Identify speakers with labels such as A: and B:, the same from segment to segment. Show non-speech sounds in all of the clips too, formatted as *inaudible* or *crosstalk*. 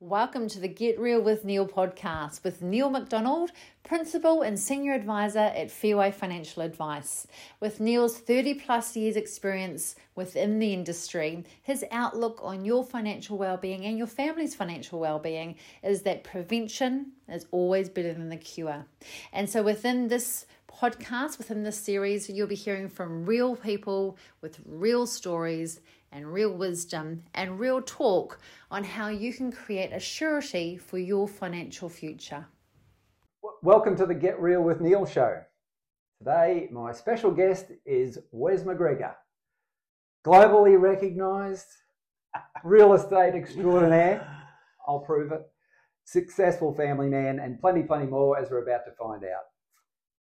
A: Welcome to the Get Real with Neil podcast with Neil McDonald, Principal and Senior Advisor at Fairway Financial Advice. With Neil's 30 plus years' experience within the industry, his outlook on your financial well-being and your family's financial well-being is that prevention is always better than the cure. And so within this podcast, within this series, you'll be hearing from real people with real stories and real wisdom and real talk on how you can create a surety for your financial future.
B: Welcome to the Get Real with Neil show. Today, my special guest is Wes McGregor, globally recognized *laughs* real estate extraordinaire. I'll prove it. Successful family man, and plenty, plenty more as we're about to find out.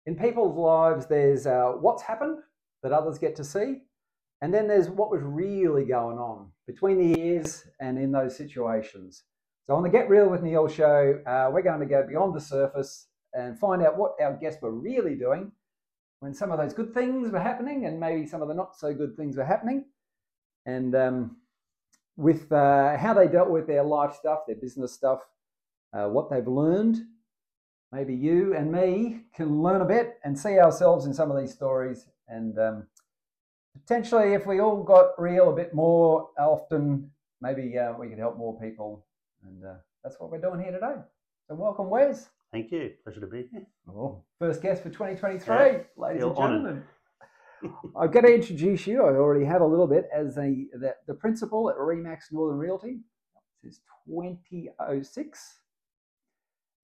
B: In people's lives, there's uh, what's happened that others get to see, and then there's what was really going on between the ears and in those situations. So, on the Get Real with Neil show, uh, we're going to go beyond the surface and find out what our guests were really doing when some of those good things were happening and maybe some of the not so good things were happening. And um, with uh, how they dealt with their life stuff, their business stuff, uh, what they've learned. Maybe you and me can learn a bit and see ourselves in some of these stories and um, potentially if we all got real a bit more often, maybe uh, we could help more people. And uh, that's what we're doing here today. So welcome, Wes.
C: Thank you. Pleasure to be here.
B: Oh, first guest for 2023,
C: Yeah,
B: ladies
C: feel
B: and gentlemen. I'm going to introduce you. I already have a little bit as a, the, the principal at Remax Northern Realty since 2006.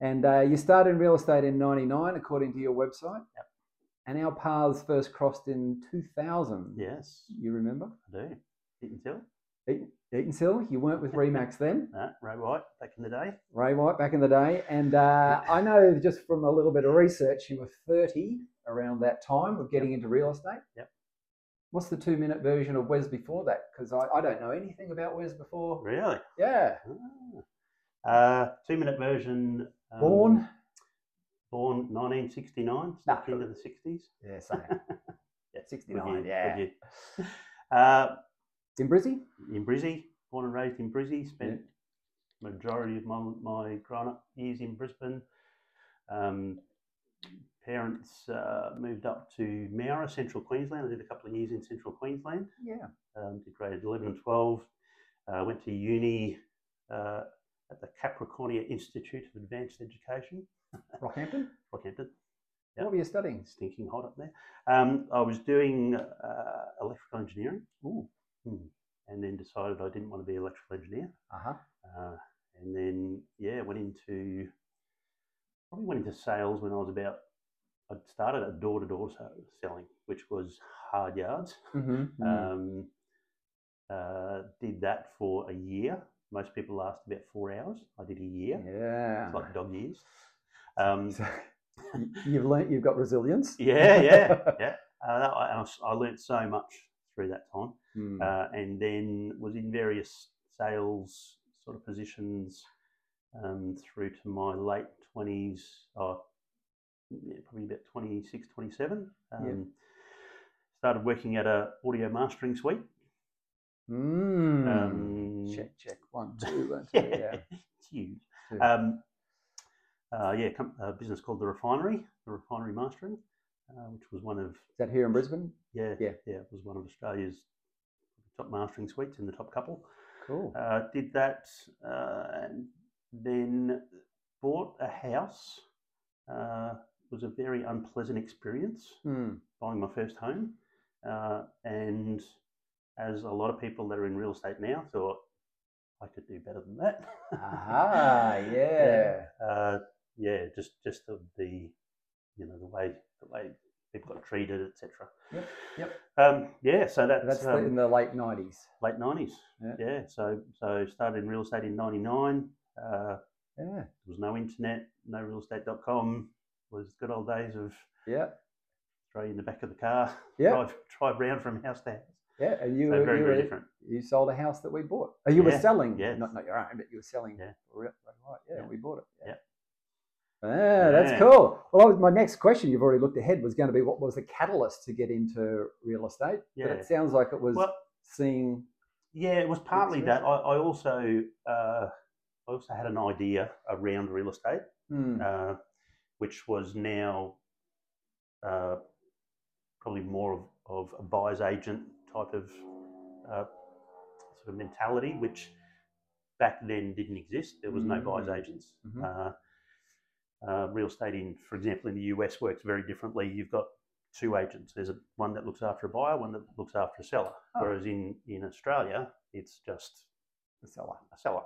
B: And uh, you started in real estate in 99, according to your website. Yep. And our paths first crossed in 2000.
C: Yes,
B: You remember?
C: I do. You can tell.
B: Eaton Sill, you weren't with Remax then,
C: Nah, Ray White back in the day.
B: Ray White back in the day. And uh, I know just from a little bit of research, you were 30 around that time of getting into real estate.
C: Yep.
B: What's the two minute version of Wes before that? Because I, I don't know anything about Wes before.
C: Really?
B: Yeah.
C: Ah. Uh, two minute version. um,
B: Born?
C: Born 1969, stuck into the 60s.
B: Yeah, *laughs* same.
C: Yeah,
B: 69,
C: Would you-
B: yeah.
C: would you? *laughs* Uh,
B: In Brizzy?
C: in Brizzy, born and raised in Brizzy, spent majority of my, my grown up years in Brisbane. Um, parents uh, moved up to Mowra, central Queensland. I did a couple of years in central Queensland.
B: Yeah.
C: um, did grade 11 and 12. Uh, went to uni uh, at the Capricornia Institute of Advanced Education,
B: *laughs* Rockhampton?
C: Rockhampton. Yep.
B: What were you studying?
C: Stinking hot up there. Um, I was doing uh, electrical engineering
B: Ooh.
C: Hmm. and then decided I didn't want to be an electrical engineer.
B: Uh huh.
C: Uh, and then, yeah, went into probably went into sales when I was about. I'd started at door to door selling, which was hard yards.
B: Mm-hmm.
C: Um, uh, did that for a year. Most people last about four hours. I did a year.
B: yeah.
C: It's like dog years. Um,
B: So, *laughs* you've learnt you've got resilience.
C: yeah, yeah, yeah. Uh, that- I, I s- I learnt so much through that time,
B: *laughs* Hmm.
C: uh, and then was in various sales sort of positions um, through to my late twenties. Oh, yeah, probably about 26, 27. Um, Started working at a audio mastering suite.
B: Hmm.
C: Um,
B: check, check.
C: *laughs*
B: One, two, one, two. yeah.
C: yeah, it's huge.
B: Two.
C: Um, uh, yeah, com- a business called the Refinery, the Refinery Mastering, uh, which was one of
B: Is that here in Brisbane?
C: yeah,
B: Yeah.
C: it was one of Australia's top mastering suites in the top couple.
B: Cool.
C: Uh, did that, uh, and then bought a house. Uh, it was a very unpleasant experience *laughs*
B: Hmm.
C: buying my first home, uh, and as a lot of people that are in real estate now thought, I could do better than that. *laughs*
B: Aha, yeah.
C: Uh, yeah, just just the, the you know the way the way people got treated, etc.
B: Yep, yep.
C: Um, yeah, so that's,
B: That's the,
C: um,
B: in the late nineties.
C: late nineties.
B: Yeah.
C: Yeah. so so started in real estate in '99. Uh, there
B: Yeah.
C: was no internet, no realestate.com. Was good old days of
B: Yeah.
C: throw you in the back of the car, *laughs*
B: Yeah.
C: drive drive round from house to house.
B: Yeah. And you
C: So
B: were,
C: very
B: you,
C: very
B: were-
C: different.
B: you sold a house that we bought. Oh, you were
C: Yeah,
B: selling.
C: yeah.
B: Not not your own, but you were selling.
C: Yeah.
B: Right, right, right. Yeah,
C: Yeah.
B: we bought it. Yeah.
C: Yeah.
B: Ah, that's
C: Yeah.
B: cool. Well, I was, my next question, you've already looked ahead, was going to be what was the catalyst to get into real estate? But
C: Yeah.
B: it sounds like it was
C: Well,
B: seeing.
C: Yeah, it was partly that. I, I also uh, I also had an idea around real estate,
B: Hmm.
C: uh, which was now uh, probably more of, of a buyer's agent type of uh, sort of mentality, which back then didn't exist. There was no buyer's
B: Mm.
C: agents.
B: Mhm.
C: Uh, uh, real estate in, for example, in the US works very differently. You've got two agents. There's a, one that looks after a buyer, one that looks after a seller.
B: Oh.
C: Whereas in, in Australia, it's just
B: The seller.
C: a seller,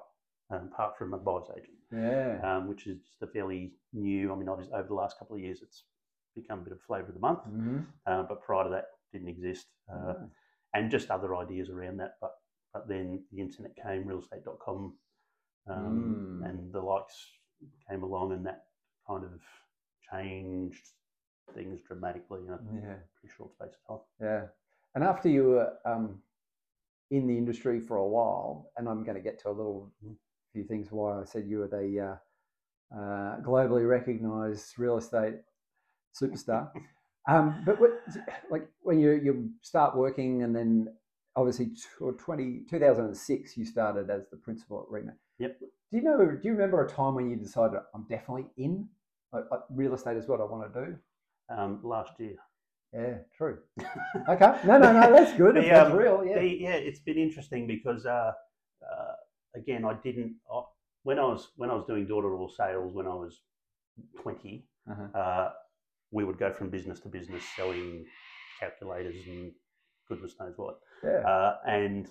C: um, apart from a buyer's agent,
B: Yeah.
C: um, which is just a fairly new. I mean, obviously, over the last couple of years, it's become a bit of flavour of the month,
B: Mhm.
C: uh, but prior to that, didn't exist, uh,
B: Yeah.
C: and just other ideas around that. But but then the internet came, realestate.com, um,
B: Mm.
C: and the likes came along, and that kind of changed things dramatically in a
B: yeah.
C: pretty short space of time.
B: Yeah. And after you were um, in the industry for a while, and I'm going to get to a little
C: Mhm.
B: few things why I said you were the uh, uh, globally recognized real estate superstar. um, but what, like when you, you start working, and then obviously t- or 20, 2006, you started as the principal at Reno.
C: Yep.
B: Do you know? Do you remember a time when you decided I'm definitely in? Like, like, real estate is what I want to do.
C: Um, last year,
B: Yeah, true.
C: *laughs*
B: Okay. No, no, no. That's good.
C: The,
B: if that's
C: um,
B: real. Yeah.
C: The- yeah, it's been interesting because uh, uh, again, I didn't I, when I was when I was doing door to door sales when I was twenty.
B: Uh-huh.
C: Uh, we would go from business to business selling calculators and goodness knows what.
B: yeah.
C: Uh, and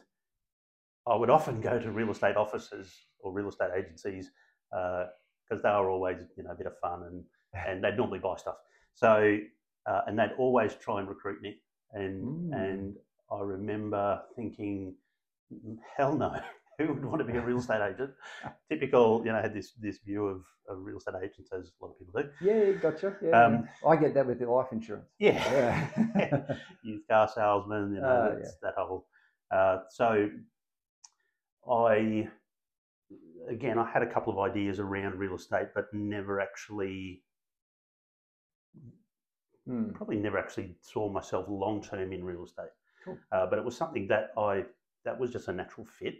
C: I would often go to real estate offices or real estate agencies because they were always, you know, a bit of fun
B: *laughs*
C: and, and they'd normally buy stuff. So, uh, and they'd always try and recruit me. And,
B: Mm.
C: and I remember thinking, "Mm, hell no, *laughs* who would want to be a real estate
B: *laughs*
C: agent? Typical, you know, I had this, this view of, of real estate agents as a lot of people do.
B: yeah, yeah, gotcha. Yeah,
C: Um,
B: yeah. I get that with the life insurance. Yeah. *laughs*
C: *laughs* used car salesman, you know,
B: Oh,
C: that's, that whole. Uh, so I, again, I had a couple of ideas around real estate, but never actually,
B: Hmm.
C: probably never actually saw myself long term in real estate.
B: Cool.
C: Uh, but it was something that I, that was just a natural fit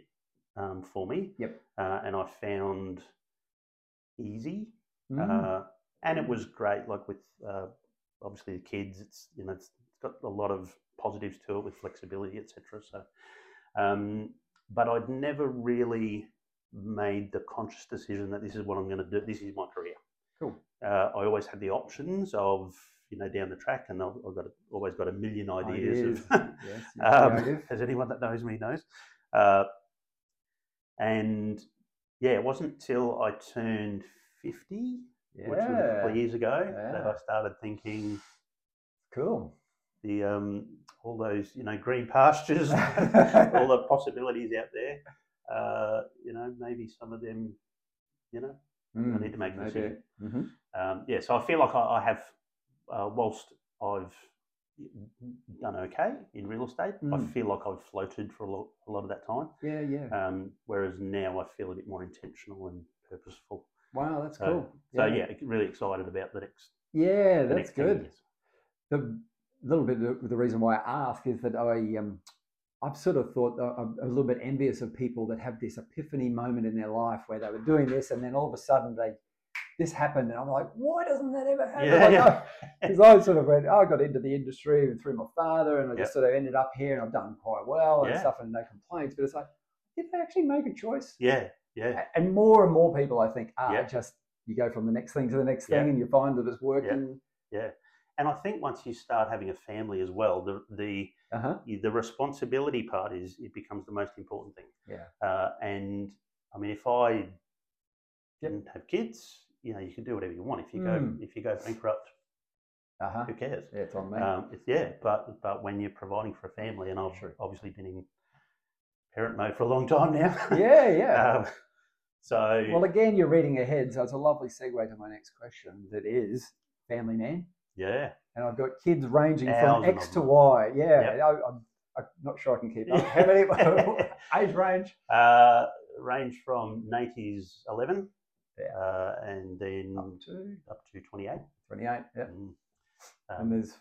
C: um, for me.
B: Yep.
C: Uh, and I found easy.
B: Mm.
C: Uh, and it was great, like with uh, obviously the kids, it's you know it's, it's got a lot of positives to it with flexibility, etc. So, um, but I'd never really made the conscious decision that this is what I'm going to do. This is my career.
B: Cool.
C: Uh, I always had the options of you know down the track, and I've, I've got always got a million ideas. Of,
B: Hmm. yes, yeah,
C: um,
B: creative.
C: *laughs* as anyone that knows me knows. Uh, and yeah, it wasn't till I turned 50, which was a couple
B: Yeah,
C: of years ago, that
B: Yeah.
C: I started thinking
B: Cool.
C: the um, all those you know green
B: *laughs*
C: pastures, *laughs* all the possibilities out there. Uh, you know, maybe some of them, you know, I
B: Mm,
C: need to make a
B: maybe.
C: decision.
B: Mhm.
C: Um, yeah, so I feel like I, I have, uh, whilst I've done okay in real estate,
B: Mm.
C: I feel like I've floated for a lot, a lot of that time.
B: Yeah, yeah.
C: Um, whereas now I feel a bit more intentional and purposeful.
B: Wow, that's
C: so-
B: cool.
C: So yeah, really excited about the next.
B: Yeah,
C: the
B: that's
C: next 10
B: good.
C: years.
B: The little bit of the reason why I ask is that I um, I've sort of thought that I'm a little bit envious of people that have this epiphany moment in their life where they were doing this and then all of a sudden they this happened and I'm like, why doesn't that ever happen?
C: Yeah,
B: Like,
C: yeah.
B: I- *laughs* because I sort of went, "Oh, I got into the industry through my father, and I
C: Yep.
B: just sort of ended up here, and I've done quite well and
C: Yeah.
B: stuff, and no complaints. But it's like, did I actually make a choice?
C: Yeah, yeah,
B: A- And more and more people, I think, are
C: Yep.
B: just you go from the next thing to the next
C: Yep.
B: thing, and you find that it's working.
C: and I think once you start having a family as well, the the
B: Uh huh.
C: the responsibility part is it becomes the most important thing.
B: Yeah.
C: Uh, and I mean, if I didn't have kids, you know, you can do whatever you want. If you
B: Mm.
C: go if you go bankrupt,
B: Uh huh.
C: who cares?
B: Yeah, it's on me.
C: Um, it's, yeah, but but when you're providing for a family, and I've
B: True.
C: obviously been in parent mode for a long time now.
B: *laughs* yeah, yeah.
C: *laughs* um, so
B: well, again, you're reading ahead, so it's a lovely segue to my next question. That is, family man. *laughs*
C: yeah, *laughs*
B: and I've got kids ranging from
C: Thousands
B: X
C: of
B: to
C: them.
B: Y. Yeah,
C: Yep.
B: I, I'm, I'm not sure I can keep
C: *laughs*
B: up. How many *laughs* age range?
C: uh, range from naties eleven,
B: Yeah. Oh.
C: uh, and then
B: Up to
C: up to twenty eight,
B: 28. Yeah.
C: um,
B: And there's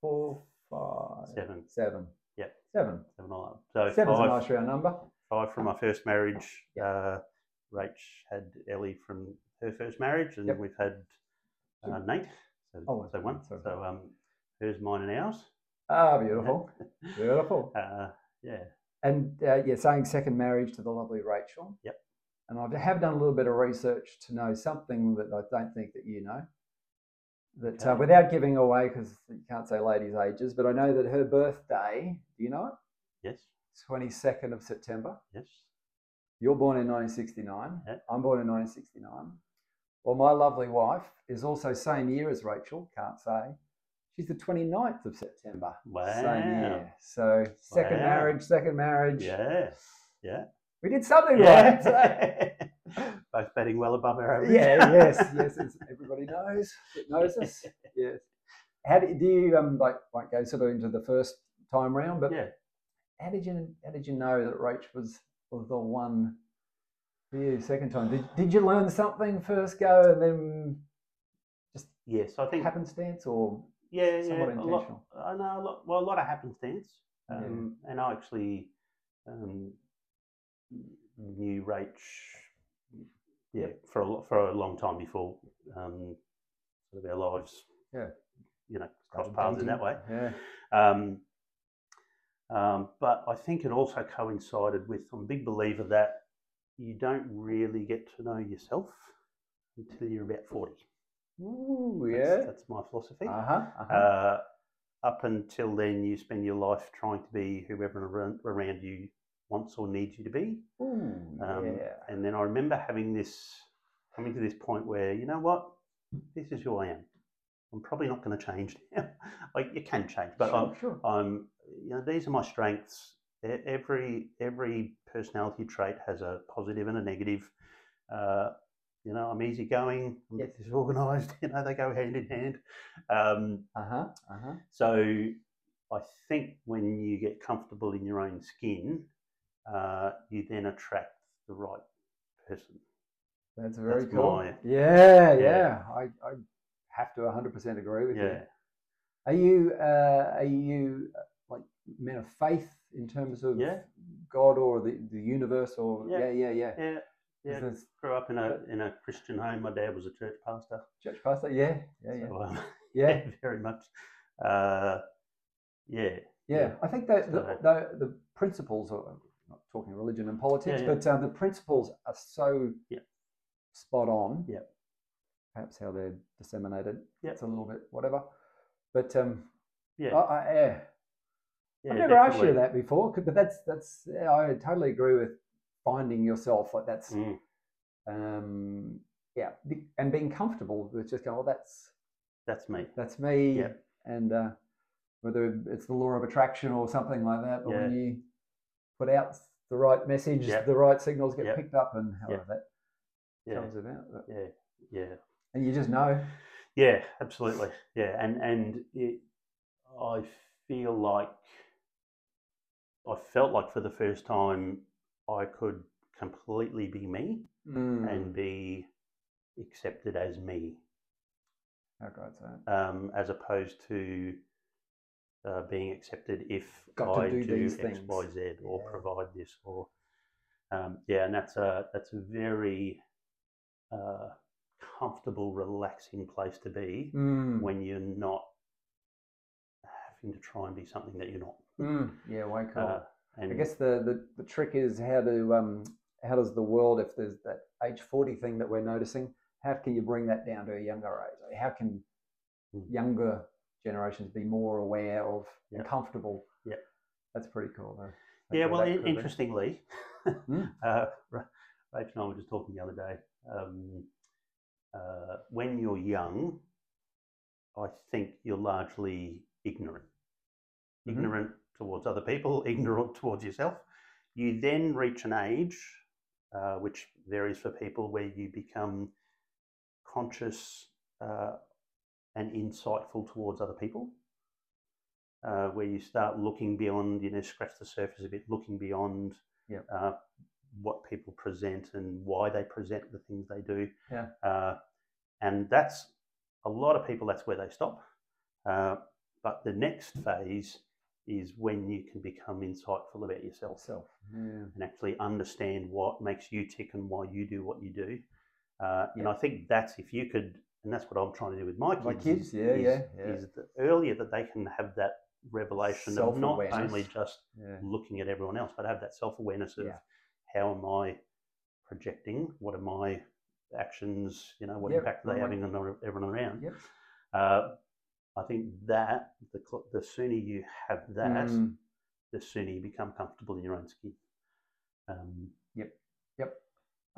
B: four, five,
C: seven,
B: seven.
C: Yep.
B: Seven.
C: seven all up. So
B: Seven's a
C: five,
B: nice round number.
C: five from my first marriage,
B: Yeah.
C: uh, Rach had Ellie from her first marriage, and
B: Yep.
C: we've had uh, Nate. So,
B: Oh,
C: so one.
B: sorry.
C: So um, hers, mine, and ours.
B: Ah,
C: *laughs*
B: beautiful. Beautiful.
C: Uh, yeah.
B: And uh, yeah, saying second marriage to the lovely Rachel.
C: Yep.
B: And I have done a little bit of research to know something that I don't think that you know. That uh,
C: Okay.
B: without giving away, because you can't say ladies' ages, but I know that her birthday, do you know it?
C: Yes.
B: 22nd of September.
C: Yes.
B: You're born in 1969.
C: Yeah.
B: I'm born in 1969. Well, my lovely wife is also same year as Rachel, can't say. She's the 29th of September. Same
C: Wow.
B: year. So, second
C: Wow.
B: marriage, second marriage.
C: Yeah. Yeah.
B: We did something *laughs* right. *laughs*
C: Yeah. *laughs* Both batting well above our average.
B: yeah, yes,
C: *laughs*
B: yes. It's, everybody knows. It knows us. Yes. How do, do you um like like go sort of into the first time round? But
C: Yeah.
B: how did you how did you know that Rach was was the one for you second time? Did did you learn something first go and then
C: Yes. I think.
B: happenstance or
C: Yeah. yeah
B: somewhat
C: a lot-
B: intentional?
C: I know Uh, a lot. Well, a lot of happenstance,
B: Yeah.
C: um, and I actually um, knew Rach, yeah, for a lo- for a long time before um, sort of our lives,
B: Yeah.
C: you know, cross paths in that way.
B: Yeah.
C: Um, um, but I think it also coincided with I'm a big believer that you don't really get to know yourself until you're about forty.
B: Ooh,
C: That's,
B: yeah.
C: that's my philosophy.
B: Uh huh. Uh-huh.
C: Uh, up until then, you spend your life trying to be whoever around, around you wants or needs you to be.
B: Ooh,
C: Um,
B: yeah.
C: And then I remember having this, coming to this point where, you know what, this is who I am. I'm probably not going to change *laughs* now. like, you can change, but
B: sure,
C: I'm,
B: sure.
C: I'm, you know, these are my strengths. E- Every every personality trait has a positive and a negative. Uh, you know, I'm easygoing, I'm
B: Yes.
C: disorganised. *laughs* You know, they go hand in hand. Um,
B: Uh huh. Uh huh.
C: so I think when you get comfortable in your own skin, uh, you then attract the right person.
B: That's very
C: That's
B: cool.
C: my-
B: yeah, yeah,
C: yeah.
B: I, I have to 100% agree with you.
C: Yeah.
B: Are you uh, are you uh, like men of faith in terms of
C: Yeah.
B: God or the, the universe or yeah, yeah,
C: Yeah.
B: yeah.
C: Yeah. Yeah.
B: Is this
C: Grew up in a in a Christian home. My dad was a church pastor.
B: church pastor? Yeah, yeah, yeah,
C: So, um, *laughs*
B: yeah, yeah.
C: very much. Uh, yeah.
B: I think that the,
C: So-
B: the, the principles are I'm not talking religion and politics,
C: Yeah, yeah.
B: but um, the principles are so
C: Yeah.
B: spot on.
C: Yeah.
B: Perhaps how they're disseminated.
C: Yeah.
B: It's a little bit whatever, but um,
C: Yeah.
B: I, I, yeah.
C: yeah
B: I've never asked you
C: definitely.
B: that before, c- but that's that's yeah, I totally agree with finding yourself like that's
C: Mm.
B: um yeah be- and being comfortable with just going well that's
C: That's me.
B: that's me
C: Yeah.
B: and uh, whether it's the law of attraction or something like that but when you put out the right message
C: Yeah.
B: the right signals get
C: Yeah.
B: picked up and however
C: Yeah.
B: that
C: Yeah.
B: comes about But-
C: Yeah. Yeah.
B: and you just know
C: Yeah, absolutely. Yeah, and and it, I feel like I felt like for the first time I could completely be me
B: Mm.
C: and be accepted as me,
B: how great's that
C: um, as opposed to uh, being accepted if
B: Got to
C: I
B: do these
C: X,
B: things.
C: Y, Z, or
B: Yeah.
C: provide this, or um, yeah, and that's a that's a very uh, comfortable, relaxing place to be
B: Mm,
C: when you're not having to try and be something that you're not.
B: mm, yeah way cool
C: Uh, and
B: I guess the, the, the trick is how to um, how does the world if there's that age forty thing that we're noticing, how can you bring that down to a younger age? Like, how can
C: Mm.
B: younger generations be more aware of and
C: Yep.
B: comfortable?
C: Yep.
B: that's pretty cool. Though. Like
C: yeah,
B: where
C: well,
B: that
C: in,
B: could be.
C: interestingly,
B: Mm.
C: *laughs* uh, Ra- Rach and I were just talking the other day. Um, uh, when you're young, I think you're largely ignorant,
B: Mhm.
C: ignorant towards other people, *laughs* ignorant towards yourself. You then reach an age, uh, which varies for people, where you become conscious uh, and insightful towards other people. Uh, where you start looking beyond, you know, scratch the surface a bit, looking beyond
B: Yep.
C: uh, what people present and why they present the things they do.
B: Yeah.
C: Uh, and that's a lot of people, that's where they stop. Uh, but the next phase is when you can become insightful about yourself
B: Self. Yeah.
C: and actually understand what makes you tick and why you do what you do. Uh, And I think that's if you could, and that's what I'm trying to do with my kids.
B: My
C: is-
B: kids, yeah,
C: is,
B: yeah, yeah.
C: Is the earlier that they can have that revelation of not
B: Self-awareness.
C: only just
B: yeah.
C: looking at everyone else, but have that self awareness of
B: Yeah.
C: how am I projecting? What are my actions? You know, what
B: Yeah,
C: impact are they
B: right.
C: having on ar- everyone around?
B: Yep.
C: Uh, I think that the cl- the sooner you have that,
B: Mm,
C: the sooner you become comfortable in your own skin. Um,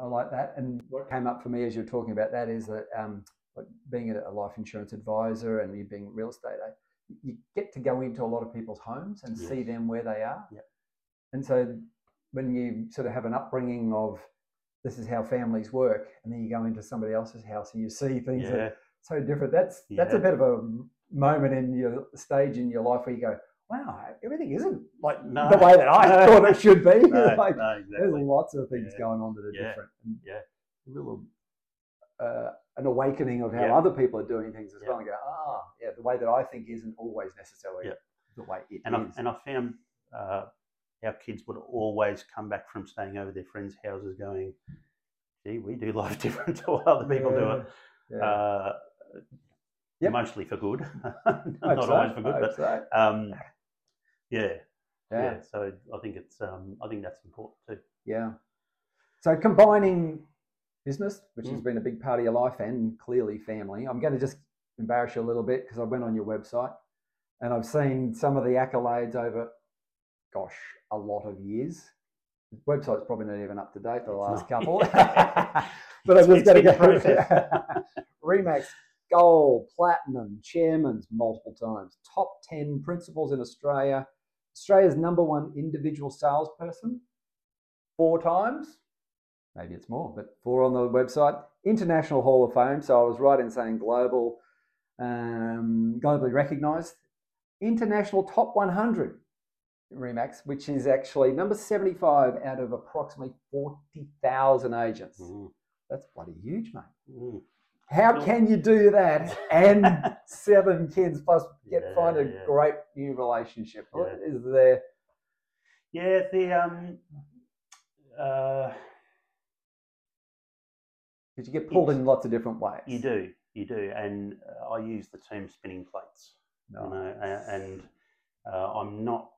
B: I like that. And what came up for me as you were talking about that is that um, like being a a life insurance advisor and you being a real estate, a- you get to go into a lot of people's homes and see
C: Yes.
B: them where they are.
C: Yep.
B: And so when you sort of have an upbringing of this is how families work, and then you go into somebody else's house and you see things that
C: yeah,
B: so different. That's that's a
C: Yeah.
B: bit of a moment in your stage in your life where you go, wow, everything isn't like
C: No.
B: the way that I
C: *laughs* No.
B: thought it should *laughs* be.
C: no,
B: like,
C: no,
B: There's
C: exactly.
B: lots of things
C: Yeah.
B: going on that are
C: Yeah.
B: different. And
C: Yeah.
B: a real, uh, an awakening of how
C: Yeah.
B: other people are doing things as
C: Yeah.
B: well, and go, ah, yeah, the way that I think isn't always necessarily
C: Yeah.
B: the way it is.
C: And I, and I found uh, our kids would always come back from staying over their friends' houses going, gee, we do *laughs* life different to what other people do it.
B: Yeah. Yeah.
C: Uh,
B: Yep.
C: Mostly for good. *laughs*
B: Hope
C: Not
B: so,
C: always for
B: hope
C: good,
B: so.
C: but um, yeah, yeah,
B: yeah.
C: So I think it's um, I think that's important too.
B: Yeah. So combining business, which has
C: Mm.
B: been a big part of your life, and clearly family. I'm going to just embarrass you a little bit because I went on your website and I've seen some of the accolades over, gosh, a lot of years. The website's probably not even up to date for *laughs* the last
C: *laughs* not.
B: couple.
C: *laughs*
B: *laughs* but
C: It's-
B: I'm just
C: it's
B: going to
C: in
B: go.
C: process.
B: Remax, gold, platinum, chairman's multiple times, top 10 principals in Australia, Australia's number one individual salesperson, four times. Maybe it's more, but four on the website. International Hall of Fame. So I was right in saying global, um, globally recognized. International Top 100 Remax, which is actually number 75 out of approximately 40,000 agents.
C: Mm,
B: That's bloody huge, mate.
C: mm.
B: How
C: Sure.
B: can you do that
C: *laughs*
B: and seven kids plus get
C: Yeah,
B: find a
C: yeah.
B: great new relationship? What
C: Yeah.
B: Is there?
C: Yeah, the um, uh,
B: Because you get pulled
C: It's-
B: in lots of different ways.
C: you do, you do, and uh, I use the term spinning plates. you know, a- and uh, I'm not.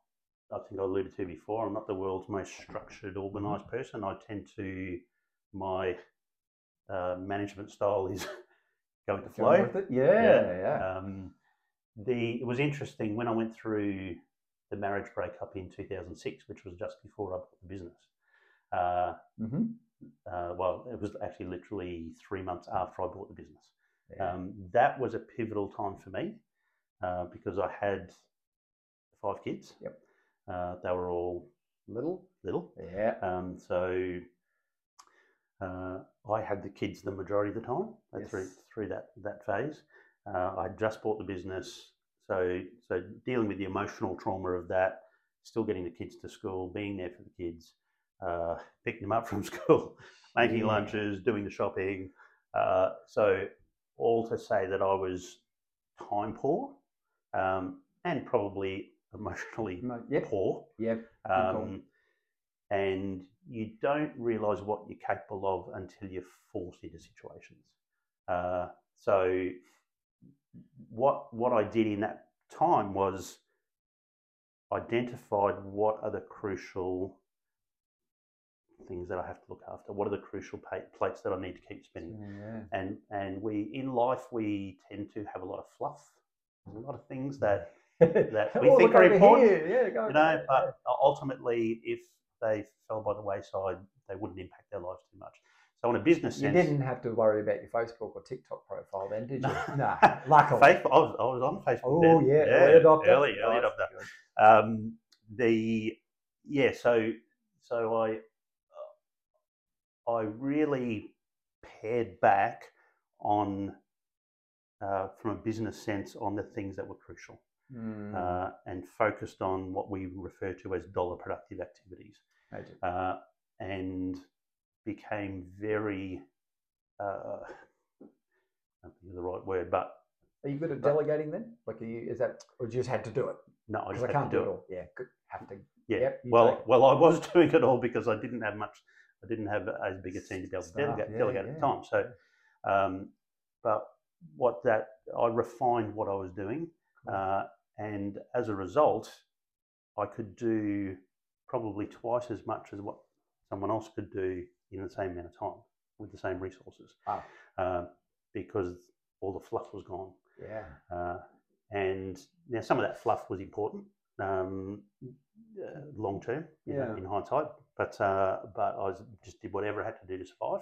C: I think I alluded to before. I'm not the world's most structured, organised
B: Mm-hmm.
C: person. I tend to my uh, management style is *laughs* go with the
B: Going
C: flow.
B: with it? Yeah, yeah.
C: Um, the it was interesting when I went through the marriage breakup in 2006, which was just before I bought the business. Uh,
B: hmm
C: uh, well, it was actually literally three months after I bought the business.
B: yeah.
C: Um, that was a pivotal time for me uh, because I had five kids.
B: Yep.
C: Uh, they were all
B: Little.
C: little.
B: Yeah.
C: Um, so uh, I had the kids the majority of the time uh, through,
B: Yes.
C: through that, that phase. Uh, I had just bought the business. So, so dealing with the emotional trauma of that, still getting the kids to school, being there for the kids, uh, picking them up from *laughs* school, making
B: Yeah.
C: lunches, doing the shopping. Uh, so all to say that I was time poor um, and probably emotionally
B: Mo- Yep.
C: poor.
B: Yep. call.
C: Um, and you don't realize what you're capable of until you're forced into situations. Uh, so, what what I did in that time was identified what are the crucial things that I have to look after. What are the crucial pa- plates that I need to keep spinning?
B: Yeah.
C: and and we in life we tend to have a lot of fluff There's a lot of things that *laughs* that we
B: Oh,
C: think
B: look
C: are
B: over
C: important,
B: here. Yeah, go
C: you
B: over
C: know
B: there.
C: but ultimately if they fell by the wayside they wouldn't impact their lives too much so in a business
B: you
C: sense
B: didn't have to worry about your Facebook or TikTok profile then, did
C: No.
B: you? no. Luckily.
C: *laughs* Facebook, I, was, I was on Facebook
B: Oh
C: then.
B: yeah. Early adopter.
C: early, early
B: Nice.
C: adopter um, the yeah so so i i really pared back on uh, from a business sense on the things that were crucial
B: Mm,
C: uh, and focused on what we refer to as dollar productive activities
B: magic.
C: uh, and *laughs* became very uh, I don't think it's the right word, but
B: Are you good at
C: But-
B: delegating then? Like, are you, is that, or you just had to do it?
C: No, I
B: Because
C: just
B: I
C: had
B: can't
C: to
B: do it
C: do it.
B: all. Yeah, good. have to.
C: Yeah.
B: Yep, you take
C: well,
B: it.
C: well, I was *laughs* doing it all because I didn't have much. I didn't have as big a team to be able to
B: Staff,
C: delegate,
B: yeah,
C: delegate at
B: yeah,
C: the time. So, um, but what that I refined what I was doing,
B: Cool.
C: uh, and as a result, I could do probably twice as much as what someone else could do in the same amount of time with the same resources,
B: Wow.
C: uh, because all the fluff was gone.
B: Yeah.
C: Uh, and now some of that fluff was important um, uh, long term you know,
B: Yeah.
C: in hindsight, but uh, but I was, just did whatever I had to do to survive.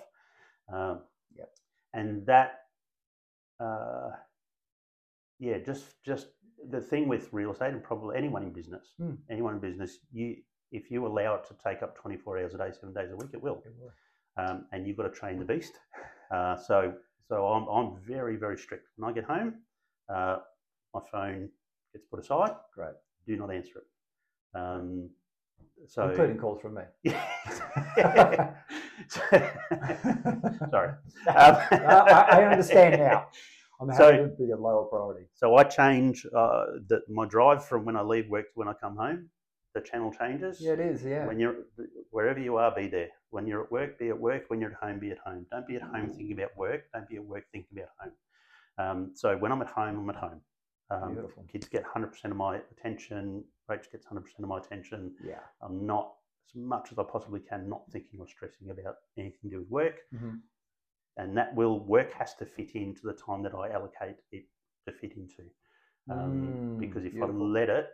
C: Um,
B: Yep.
C: And that, uh, yeah, just just the thing with real estate and probably anyone in business,
B: Hmm.
C: anyone in business, you if you allow it to take up 24 hours a day, seven days a week, it will
B: It was.
C: um, and you've got to train the beast. Uh, so, so I'm, I'm very, very strict. When I get home, uh, my phone gets put aside.
B: Great.
C: Do not answer it. Um, so,
B: Including calls from me.
C: *laughs*
B: *laughs*
C: sorry. Um,
B: *laughs* I, I understand now. I'm
C: So-
B: happy to be a lower priority.
C: So I change uh, the, my drive from when I leave work to when I come home. The channel changes.
B: Yeah, it is. Yeah.
C: When you're wherever you are, be there. When you're at work, be at work. When you're at home, be at home. Don't be at
B: Mm-hmm.
C: home thinking about work. Don't be at work thinking about home. Um, so when I'm at home, I'm at home. Um,
B: Beautiful.
C: kids get 100% of my attention. Rach gets 100% of my attention.
B: Yeah.
C: I'm not as much as I possibly can, not thinking or stressing about anything to do with work.
B: Mhm.
C: And that will work has to fit into the time that I allocate it to fit into. Um,
B: Mm,
C: because if I
B: beautiful.
C: let it,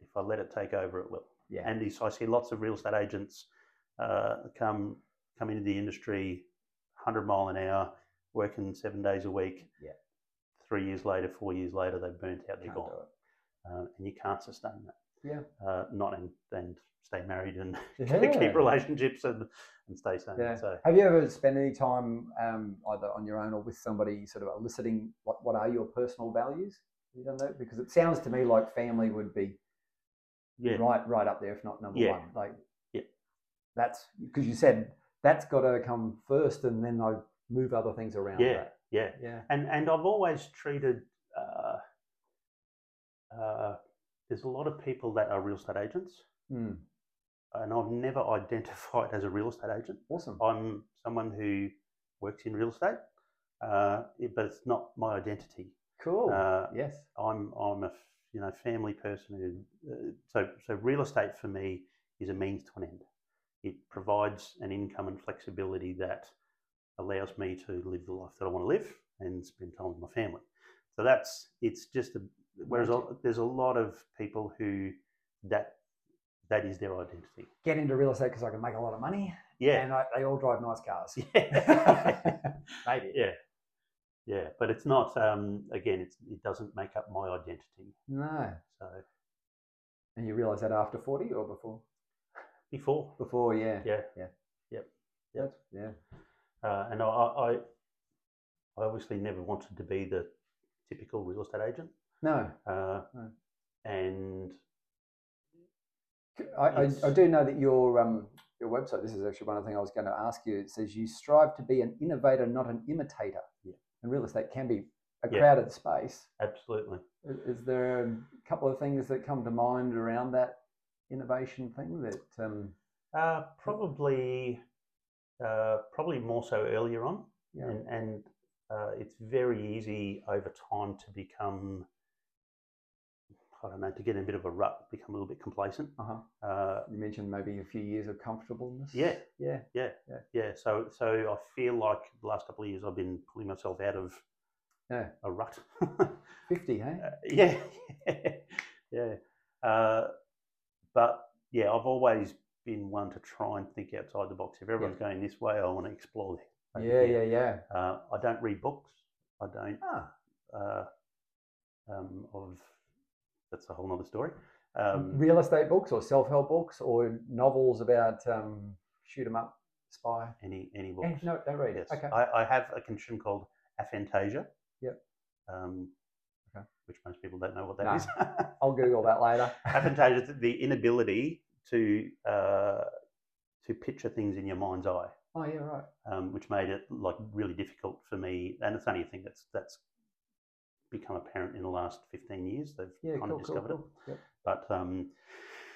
C: if I let it take over, it will
B: Yeah.
C: and so I see lots of real estate agents uh, come come into the industry, hundred mile an hour, working seven days a week.
B: Yeah.
C: Three years later, four years later, they've burnt out, they're
B: Can't
C: gone, um, and you can't sustain that.
B: Yeah.
C: Uh, not and and stay married and *laughs*
B: do it. Yeah.
C: keep relationships and and stay sane.
B: Yeah.
C: So
B: Have you ever spent any time um, either on your own or with somebody sort of eliciting what, what are your personal values? Have you done that? Because it sounds to me like family would be
C: yeah,
B: right right up there, if not number
C: Yeah.
B: one. Like,
C: Yeah.
B: That's because you said that's got to come first and then I move other things around.
C: Yeah.
B: that.
C: yeah.
B: Yeah.
C: and and I've always treated. Uh, uh, there's a lot of people that are real estate agents,
B: Mm,
C: and I've never *laughs* identified as a real estate agent.
B: awesome.
C: I'm someone who works in real estate, uh, it- but it's not my identity.
B: Cool.
C: Uh,
B: yes.
C: I'm I'm a f- you know family person who uh, so so real estate for me is a means to an end. It provides an income and flexibility that allows me to live the life that I want to live and spend time with my family. So that's it's just a whereas a, there's a lot of people who that that is their identity.
B: Get into real estate because I can make a lot of money
C: Yeah.
B: and I, they all drive nice cars.
C: *laughs*
B: *laughs*
C: yeah.
B: Maybe.
C: Yeah, yeah, but it's not. Um, again, it's, it doesn't make up my identity.
B: No.
C: So
B: And you realize that after 40 or before?
C: before,
B: Before, yeah.
C: yeah,
B: That's, yeah.
C: uh, and I, I, I obviously never wanted to be the typical real estate agent,
B: No.
C: uh,
B: No.
C: and
B: I, I, I
C: It's-
B: do know that your um your website. This is actually one of the things I was going to ask you. It says you strive to be an innovator, not an imitator.
C: Yeah.
B: And real estate can be a
C: Yeah.
B: crowded space.
C: absolutely,
B: I- Is there a couple of things that come to mind around that innovation thing? That um,
C: uh, probably, uh, probably more so earlier on,
B: yeah,
C: and, and uh, it's very easy over time to become. I don't know to get in a bit of a rut, become a little bit complacent.
B: uh-huh.
C: Uh,
B: you mentioned maybe a few years of comfortableness.
C: Yeah.
B: yeah,
C: yeah so so i feel like the last couple of years i've been pulling myself out of
B: Yeah.
C: a rut *laughs*
B: fifty, hey?
C: Uh, yeah *laughs* yeah uh, but yeah i've always been one to try and think outside the box if everyone's going this way i want to explore that
B: yeah, yeah, yeah.
C: Uh, i don't read books i don't
B: Ah,
C: uh, um, of that's a whole nother story um,
B: real estate books or self help books or novels about um, shoot 'em up, spy.
C: any any books
B: Eh, no, don't read
C: Yes.
B: it. Okay.
C: I, I have a condition called aphantasia.
B: Yep.
C: Um,
B: Okay.
C: Which most people don't know what that
B: No.
C: is. *laughs*
B: I'll Google that later.
C: aphantasia is the inability to uh, to picture things in your mind's eye,
B: Oh yeah, right.
C: um, which made it like really difficult for me. And it's only a thing that's that's become apparent in the last 15 years. They've
B: Yeah,
C: kind
B: cool,
C: of
B: cool,
C: discovered
B: cool.
C: it.
B: Yep.
C: But um,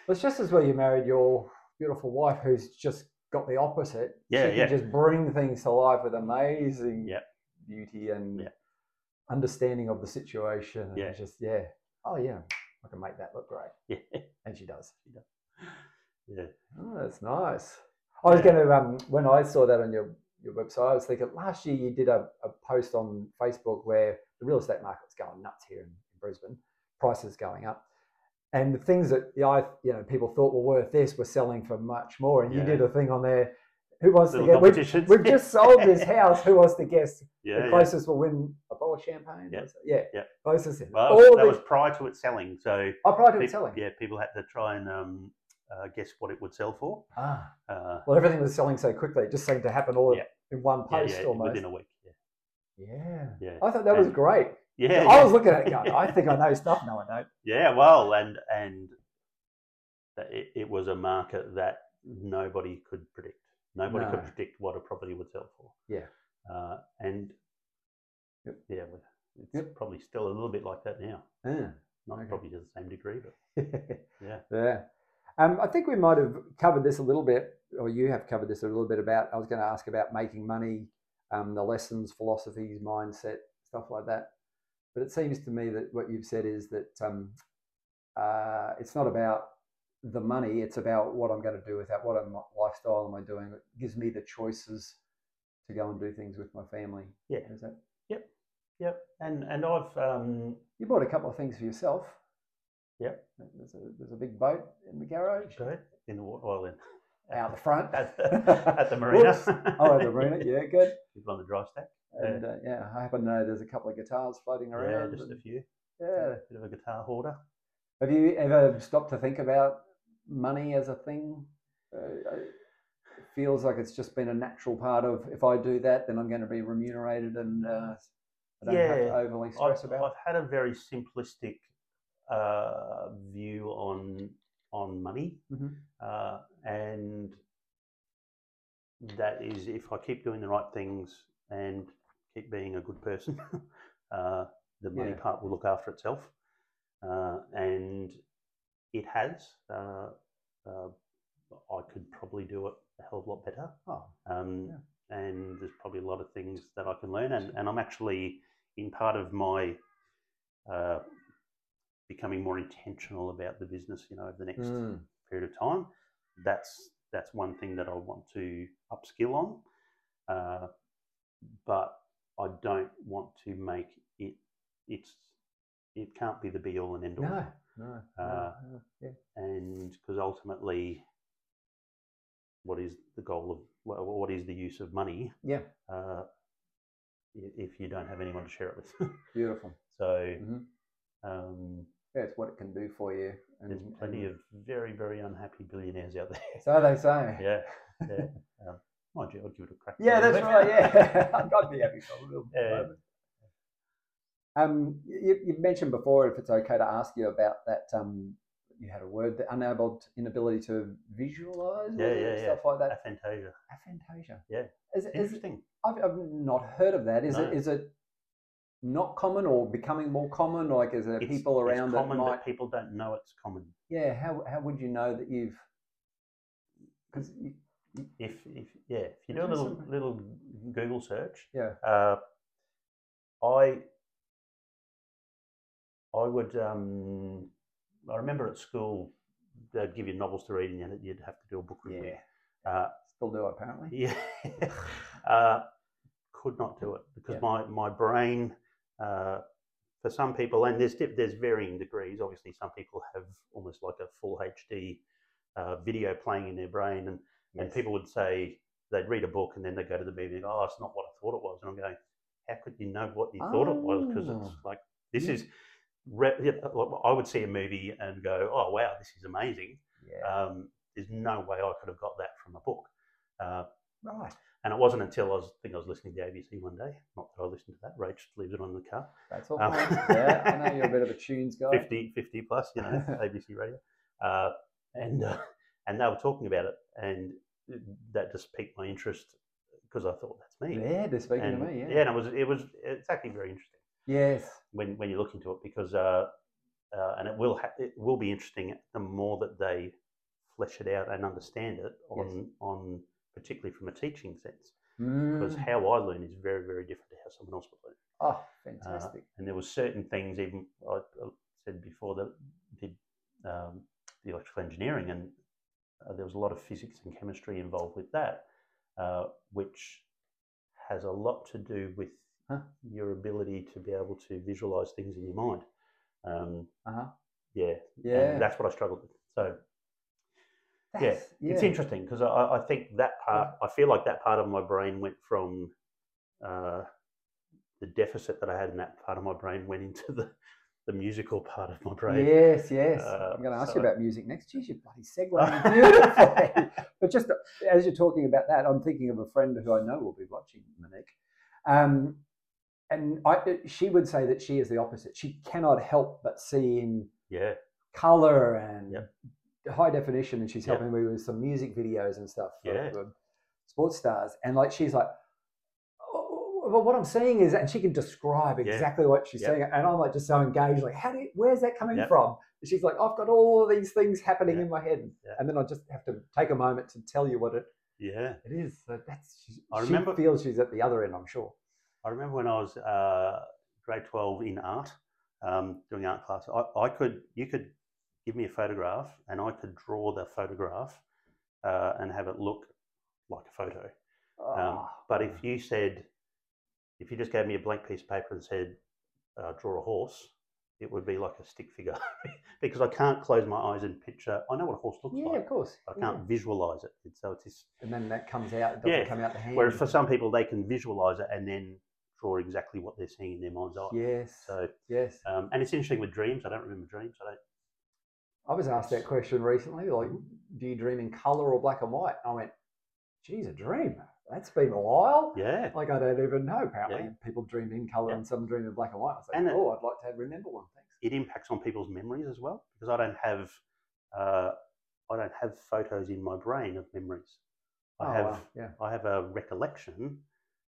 B: It's just as well you married your beautiful wife who's just got the opposite.
C: Yeah,
B: she
C: yeah.
B: Can just bring things to life with amazing
C: Yep.
B: beauty and
C: Yeah.
B: understanding of the situation. and
C: Yeah.
B: Just yeah. Oh yeah, I can make that look great,
C: yeah, *laughs*
B: and she does.
C: yeah,
B: Oh, that's nice. I was
C: Yeah.
B: going to um, when I saw that on your your website, I was thinking last year you did a, a post on Facebook where the real estate market's going nuts here in Brisbane, prices going up, and the things that the I you know people thought were worth this were selling for much more, and you
C: Yeah.
B: did a thing on there. Who wants
C: Little
B: to get?
C: competitions.
B: We've, we've just sold
C: *laughs*
B: this house. Who wants to guess
C: yeah,
B: the
C: yeah.
B: closest will win a bowl of champagne?
C: Yeah.
B: Was it? yeah,
C: Yeah.
B: Closest. in.
C: Well,
B: All
C: that
B: the-
C: was prior to it selling. So
B: I prior to
C: peop-
B: it selling.
C: yeah, people had to try and um, uh, guess what it would sell for.
B: Ah,
C: Uh,
B: well, everything was selling so quickly; it just seemed to happen all
C: Yeah.
B: in one
C: yeah,
B: post
C: yeah,
B: almost. Oh,
C: within a week.
B: Yeah.
C: Yeah, yeah,
B: I thought that was *laughs*
C: And-
B: great.
C: yeah.
B: I
C: yeah.
B: was looking at it going, I think I know stuff. No, I don't.
C: Yeah, well, and and that it, it was a market that nobody could predict. Nobody
B: No.
C: could predict what a property would sell for.
B: Yeah.
C: Uh, and
B: Yep.
C: yeah, well, it's
B: Yep.
C: probably still a little bit like that now.
B: Yeah.
C: Not
B: Okay.
C: probably to the same degree, but yeah.
B: Hmm. *laughs* Yeah. Um, I think we might have covered this a little bit, or you have covered this a little bit about, I was going to ask about making money, um, the lessons, philosophies, mindset, stuff like that. But it seems to me that what you've said is that um, uh, it's not about the money, it's about what I'm going to do with that. What am- what lifestyle am I doing? It gives me the choices to go and do things with my family.
C: Yeah.
B: Is that?
C: Yep. And and I've um
B: You bought a couple of things for yourself.
C: Yep.
B: There's a, there's a big boat in the garage
C: in the wa- well in
B: out the front.
C: *laughs* at the, at the marina.
B: Whoops. *laughs* oh, at the
C: *laughs*
B: marina. Yeah, good.
C: People on the dry stack.
B: And uh, yeah, I happen to know there's a couple of guitars floating
C: Yeah,
B: around.
C: just a
B: and-
C: few.
B: yeah.
C: Bit of a guitar hoarder.
B: Have you ever stopped to think about money as a thing? Uh, it feels like it's just been a natural part of if I do that, then I'm going to be remunerated and uh, I don't have to
C: Yeah,
B: overly
C: I've,
B: stress about it.
C: I've had a very simplistic uh, view on on money,
B: Mhm.
C: uh, and that is if I keep doing the right things and keep being a good person, *laughs* uh, the money
B: Yeah.
C: part will look after itself, uh, and it has. Uh, uh, I could probably do it a hell of a lot better.
B: Oh,
C: Um, And there's probably a lot of things that I can learn. And, and I'm actually, in part of my uh, becoming more intentional about the business, you know, over the next
B: mm,
C: period of time, that's that's one thing that I want to upskill on. Uh, but I don't want to make it, it's, it can't be the be all and end all
B: no, no, no,
C: Uh,
B: no, yeah.
C: and because ultimately, what is the goal of wha- what is the use of money?
B: Yeah.
C: Uh, i- if you don't have anyone to share it with, *laughs*
B: Beautiful.
C: so
B: Mhm.
C: um,
B: Yeah, it's what it can do for you. And,
C: there's plenty
B: and-
C: of very very unhappy billionaires out there.
B: *laughs*
C: *laughs*
B: So they say.
C: yeah, yeah. Um, mind you, I'll give it a crack.
B: Yeah,
C: a *laughs*
B: that's
C: little
B: right.
C: bit.
B: Yeah, *laughs* I've got to be happy for a little
C: Yeah.
B: moment. Um, you, you mentioned before, if it's okay to ask you about that, um, you had a word, the unable to, inability to visualize,
C: Yeah,
B: was it?
C: yeah, yeah.
B: stuff like that.
C: Aphantasia.
B: Aphantasia.
C: Yeah.
B: Is, is,
C: Interesting.
B: I've, I've not heard of that. Is
C: No.
B: it is it not common or becoming more common? Like, is there
C: It's-
B: people around
C: it's
B: that
C: common
B: might?
C: that people don't know it's common.
B: Yeah. How how would you know that you've? Because you,
C: If if yeah, if you
B: Which
C: do a
B: is
C: little
B: a-
C: little Google search,
B: yeah.
C: Uh, I I would um, I remember at school they'd give you novels to read and you'd- you'd have to do a book review. Uh,
B: Still do apparently.
C: *laughs* yeah,
B: *laughs*
C: uh, could not do it because
B: Yeah.
C: my my brain. Uh, for some people, and there's di- there's varying degrees. Obviously, some people have almost like a full HD uh, video playing in their brain, and and
B: Yes.
C: people would say they'd read a book and then they go to the movie and go, oh, it's not what I thought it was. And I'm going, how could you know what you thought it was? Because it's
B: Ah.
C: like, this
B: Yeah.
C: is, re- yeah, like, I would see a movie and go, oh, wow, this is amazing.
B: Yeah.
C: Um, there's no way I could have got that from a book. Uh,
B: Right.
C: and it wasn't until I, was, I think I was listening to ABC one day, not that I listened to that, Rach just leaves it on in the car,
B: That's all
C: Um,
B: fine.
C: *laughs*
B: yeah, I know you're a bit of a tunes guy.
C: 50, 50 plus, you know,
B: *laughs*
C: ABC radio. Uh, and uh, and they were talking about it, and uh, that just piqued my interest because I thought that's me.
B: Yeah, they're speaking
C: and,
B: to me. Yeah.
C: and it was it was it's actually very interesting.
B: Yes.
C: when when you look into it because uh, uh, and it will ha- it will be interesting the more that they flesh it out and understand it on on particularly from a teaching sense because
B: Mm.
C: how I learn is very very different to how someone else would learn
B: Oh, fantastic.
C: and there were certain things even I, I said before that did um, the electrical engineering and uh, there was a lot of physics and chemistry involved with that uh, which has a lot to do with
B: Huh.
C: your ability to be able to visualize things in your mind um,
B: Uh-huh.
C: yeah
B: Yeah.
C: and that's what I struggled with so yeah,
B: That's-
C: it's
B: yeah.
C: interesting because I, I I think that part I feel like that part of my brain went from uh, the deficit that I had in that part of my brain went into the, the musical part of my brain.
B: Yes, yes.
C: Uh,
B: I'm going to ask
C: so-
B: you about music next. Jeez, you bloody
C: *laughs*
B: segue beautifully. but just as you're talking about that, I'm thinking of a friend who I know will be watching Monique, um, and I, she would say that she is the opposite. She cannot help but see in
C: Yeah,
B: color and
C: Yep.
B: high definition, and she's
C: Yep.
B: helping me with some music videos and stuff for,
C: Yeah.
B: for sports stars. And like she's like, "Oh, well, what I'm seeing is, and she can describe
C: Yeah.
B: exactly what she's
C: Yep.
B: seeing, and I'm like just so engaged. Like, how do? You, where's that coming
C: Yep.
B: from? And she's like, I've got all of these things happening
C: Yeah.
B: in my head,
C: Yeah.
B: and then I just have to take a moment to tell you what it,
C: yeah.
B: it is. So that's she,
C: I
B: she
C: remember-
B: feels she's at the other end. I'm sure.
C: I remember when I was uh, grade twelve in art, um, doing art class. I, I could you could give me a photograph and I could draw the photograph uh, and have it look like a photo. Um,
B: Ah,
C: but if you said, if you just gave me a blank piece of paper and said, uh, draw a horse, it would be like a stick figure *laughs* because I can't close my eyes and picture. I know what a horse looks
B: yeah,
C: like.
B: of course.
C: but I
B: yeah.
C: can't visualize it. And so it's this.
B: And then that comes out. It doesn't
C: Yeah.
B: come out the hand.
C: Whereas for some people, they can visualize it and then draw exactly what they're seeing in their mind's eye.
B: yes,
C: So,
B: yes.
C: um, and it's interesting with dreams. I don't remember dreams. I don't.
B: I was asked that
C: Yes.
B: question recently, like, do you dream in colour or black and white? And I went, geez, a dream. That's been a while.
C: Yeah.
B: Like, I don't even know. Apparently,
C: Yeah.
B: people dream in colour
C: Yeah.
B: and some dream in black and white. I was like,
C: And it-
B: oh, I'd like to remember one, thanks.
C: It impacts on people's memories as well because I don't have, uh, I don't have photos in my brain of memories. I
B: oh,
C: have.
B: wow, yeah.
C: I have a recollection,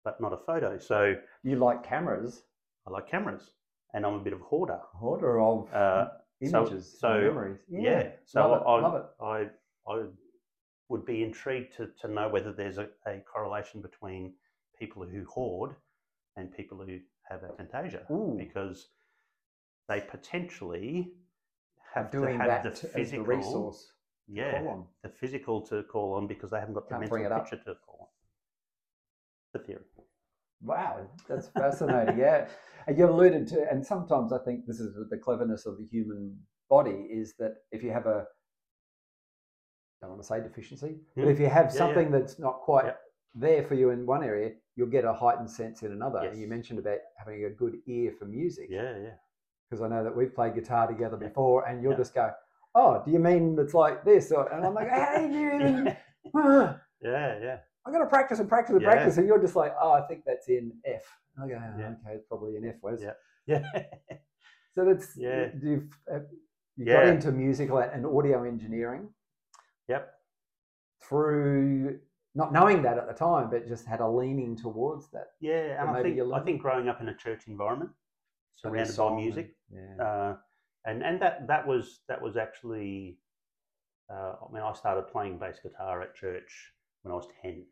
C: but not a photo. So
B: You like cameras,
C: I like cameras, and I'm a bit of a hoarder.
B: order of
C: Uh, so-
B: images,
C: so,
B: and memories.
C: yeah.
B: Yeah.
C: So
B: love it,
C: I,
B: love it.
C: I I would be intrigued to, to know whether there's a, a correlation between people who hoard and people who have aphantasia,
B: Ooh.
C: because they potentially have
B: Doing
C: to
B: that
C: have the
B: t- as the
C: physical
B: resource. to
C: yeah,
B: call on.
C: the physical to call on because they haven't got the
B: Can't
C: mental
B: bring it up.
C: picture to call on. The
B: *laughs*
C: theory.
B: Wow,
C: *laughs*
B: that's fascinating. yeah, and you alluded to, and sometimes I think this is the cleverness of the human body is that if you have a, don't want to say deficiency, but
C: Hmm.
B: if you have
C: Yeah, yeah.
B: something that's not quite
C: Yep.
B: there for you in one area, you'll get a heightened sense in another. And you
C: Yes.
B: mentioned about having a good ear for music,
C: Yeah, yeah.
B: because I know that we've played guitar together
C: Yeah.
B: before, and you'll
C: Yeah.
B: just go, "Oh, do you mean it's like this?" Or, and I'm like, "How do you even?"
C: *laughs*
B: *laughs* Ah."
C: Yeah, yeah.
B: I'm going to practice and practice and
C: Yeah.
B: practice. And you're just like, oh, I think that's in F. I go, oh,
C: Yeah.
B: okay, it's probably in F, Wes.
C: Yeah. Yeah.
B: *laughs* So that's,
C: Yeah.
B: do you, uh, you got
C: Yeah.
B: into musical and audio engineering
C: Yep.
B: through not knowing that at the time, but just had a leaning towards that.
C: Yeah. And I
B: maybe
C: think
B: you
C: I
B: love it.
C: think growing up in a church environment,
B: And
C: surrounded
B: song
C: by
B: and-
C: music,
B: yeah.
C: uh, and and that that was that was actually, uh, I mean, I started playing bass guitar at church when I was ten.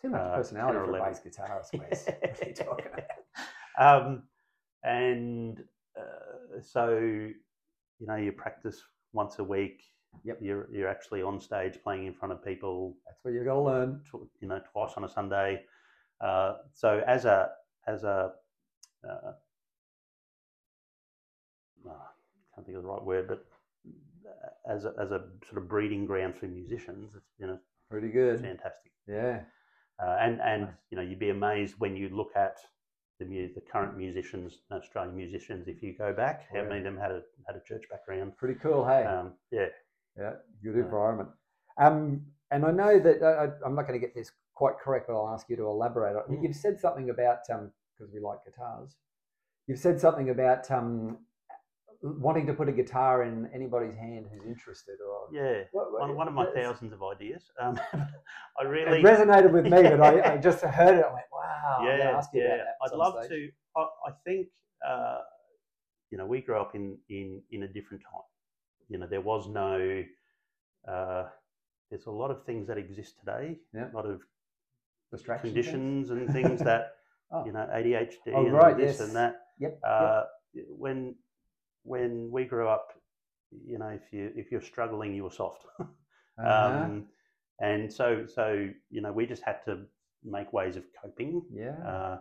B: Too much
C: uh,
B: personality
C: 10 or
B: for a
C: 11.
B: bass
C: *laughs*
B: guitarist, Wes. *laughs* What are you talking about?
C: um, and uh, so, you know, you practice once a week.
B: Yep.
C: You're you're actually on stage playing in front of people
B: That's what you've got to learn.
C: tw- you know twice on a Sunday. Uh, so as a as a uh, oh, can't think of the right word, but uh, as a, as a sort of breeding ground for musicians, it's you know
B: Pretty good.
C: fantastic.
B: Yeah.
C: Uh, and and you know you'd be amazed when you look at the mu- the current musicians, Australian musicians. If you go back, how many of them had a had a church background?
B: Pretty cool, hey?
C: Um, yeah,
B: Yeah, good
C: Yeah.
B: environment. Um, and I know that I, I- I'm not going to get this quite correct, but I'll ask you to elaborate. on it.
C: Mm.
B: You've said something about because we like guitars. You've said something about um, wanting to put a guitar in anybody's hand who's interested. Or
C: yeah.
B: What- what-
C: One, one of my
B: that's-
C: thousands of ideas. Um, *laughs* I
B: It
C: really
B: resonated with
C: *laughs*
B: me, but I, I just heard it. I went, "Wow!" I'm gonna
C: yeah,
B: ask you
C: yeah.
B: about that.
C: I'd love to. I, I think uh, you know, we grew up in in in a different time. You know, there was no. Uh, there's a lot of things that exist today.
B: Yeah.
C: A lot of
B: Distraction things?
C: conditions
B: *laughs*
C: and things that
B: Oh,
C: you know ADHD
B: Oh,
C: and
B: right,
C: this
B: yes.
C: and that.
B: Yep. yep.
C: Uh, When when we grew up, you know, if you if you're struggling, you were soft.
B: Uh-huh.
C: Um, and so so you know, we just had to make ways of coping.
B: yeah. *laughs*
C: Uh,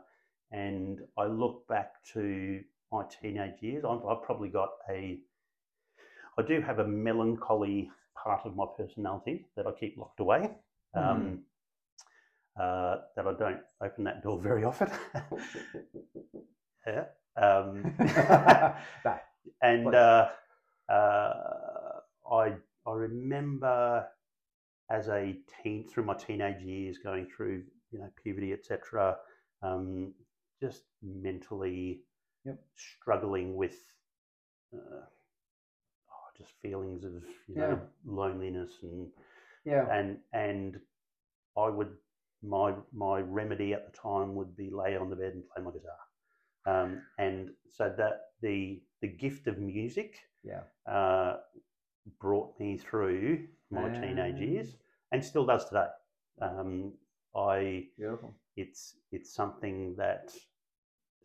C: and I look back to my teenage years. I'm, I've probably got a, I do have a melancholy part of my personality that I keep locked away. Um, uh, that I don't open that door very often. *laughs* yeah. Um, *laughs*
B: No.
C: and
B: Please.
C: uh, uh, I I remember as a teen through my teenage years going through you know puberty etc um, just mentally
B: Yep.
C: struggling with uh, oh, just feelings of you know
B: Yeah.
C: loneliness and
B: Yeah.
C: and and I would my my remedy at the time would be lay on the bed and play my guitar, um, and so that the the gift of music
B: Yeah.
C: uh, brought me through my teenage years and still does today. Um, I
B: Beautiful.
C: it's it's something that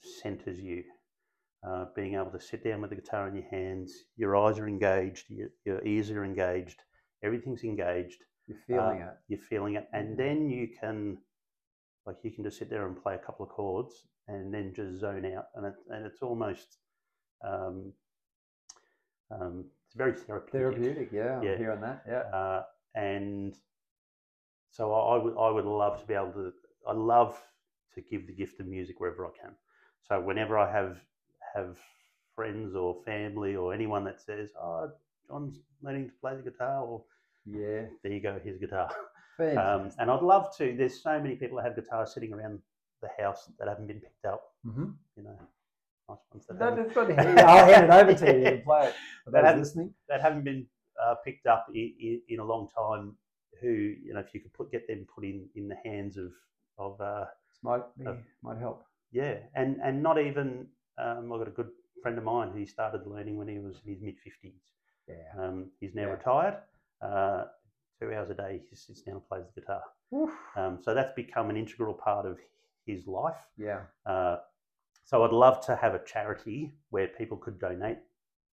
C: centers you. Uh, being able to sit down with the guitar in your hands, your eyes are engaged, your, your ears are engaged, everything's engaged,
B: You're feeling it.
C: you're feeling it and
B: Yeah.
C: then you can like you can just sit there and play a couple of chords and then just zone out and it, and it's almost um, um, it's very therapeutic,
B: Therapeutic. Yeah.
C: Yeah.
B: I'm hearing that. Yeah.
C: Uh, and so I, I would I would love to be able to I love to give the gift of music wherever I can so whenever I have have friends or family or anyone that says oh John's learning to play the guitar or
B: Yeah.
C: there you go here's a guitar um,
B: Fantastic.
C: and I'd love to. There's so many people that have guitars sitting around the house that haven't been picked up.
B: Mhm.
C: You know, nice ones that,
B: No,
C: haven't,
B: that's
C: *laughs*
B: good to hear. I'll hand it over to you. You can play it. For
C: That
B: those
C: hadn't-
B: listening.
C: that haven't been uh, picked up in, in, in a long time. Who you know, if you could put get them put in in the hands of of uh,
B: This might be,
C: Uh,
B: might help.
C: yeah, and and not even um, I've got a good friend of mine who started learning when he was in his mid fifties.
B: Yeah.
C: Um, he's now
B: Yeah.
C: retired. Uh, two hours a day, he sits down and plays the guitar. Um, so that's become an integral part of his life.
B: Yeah.
C: Uh, so I'd love to have a charity where people could donate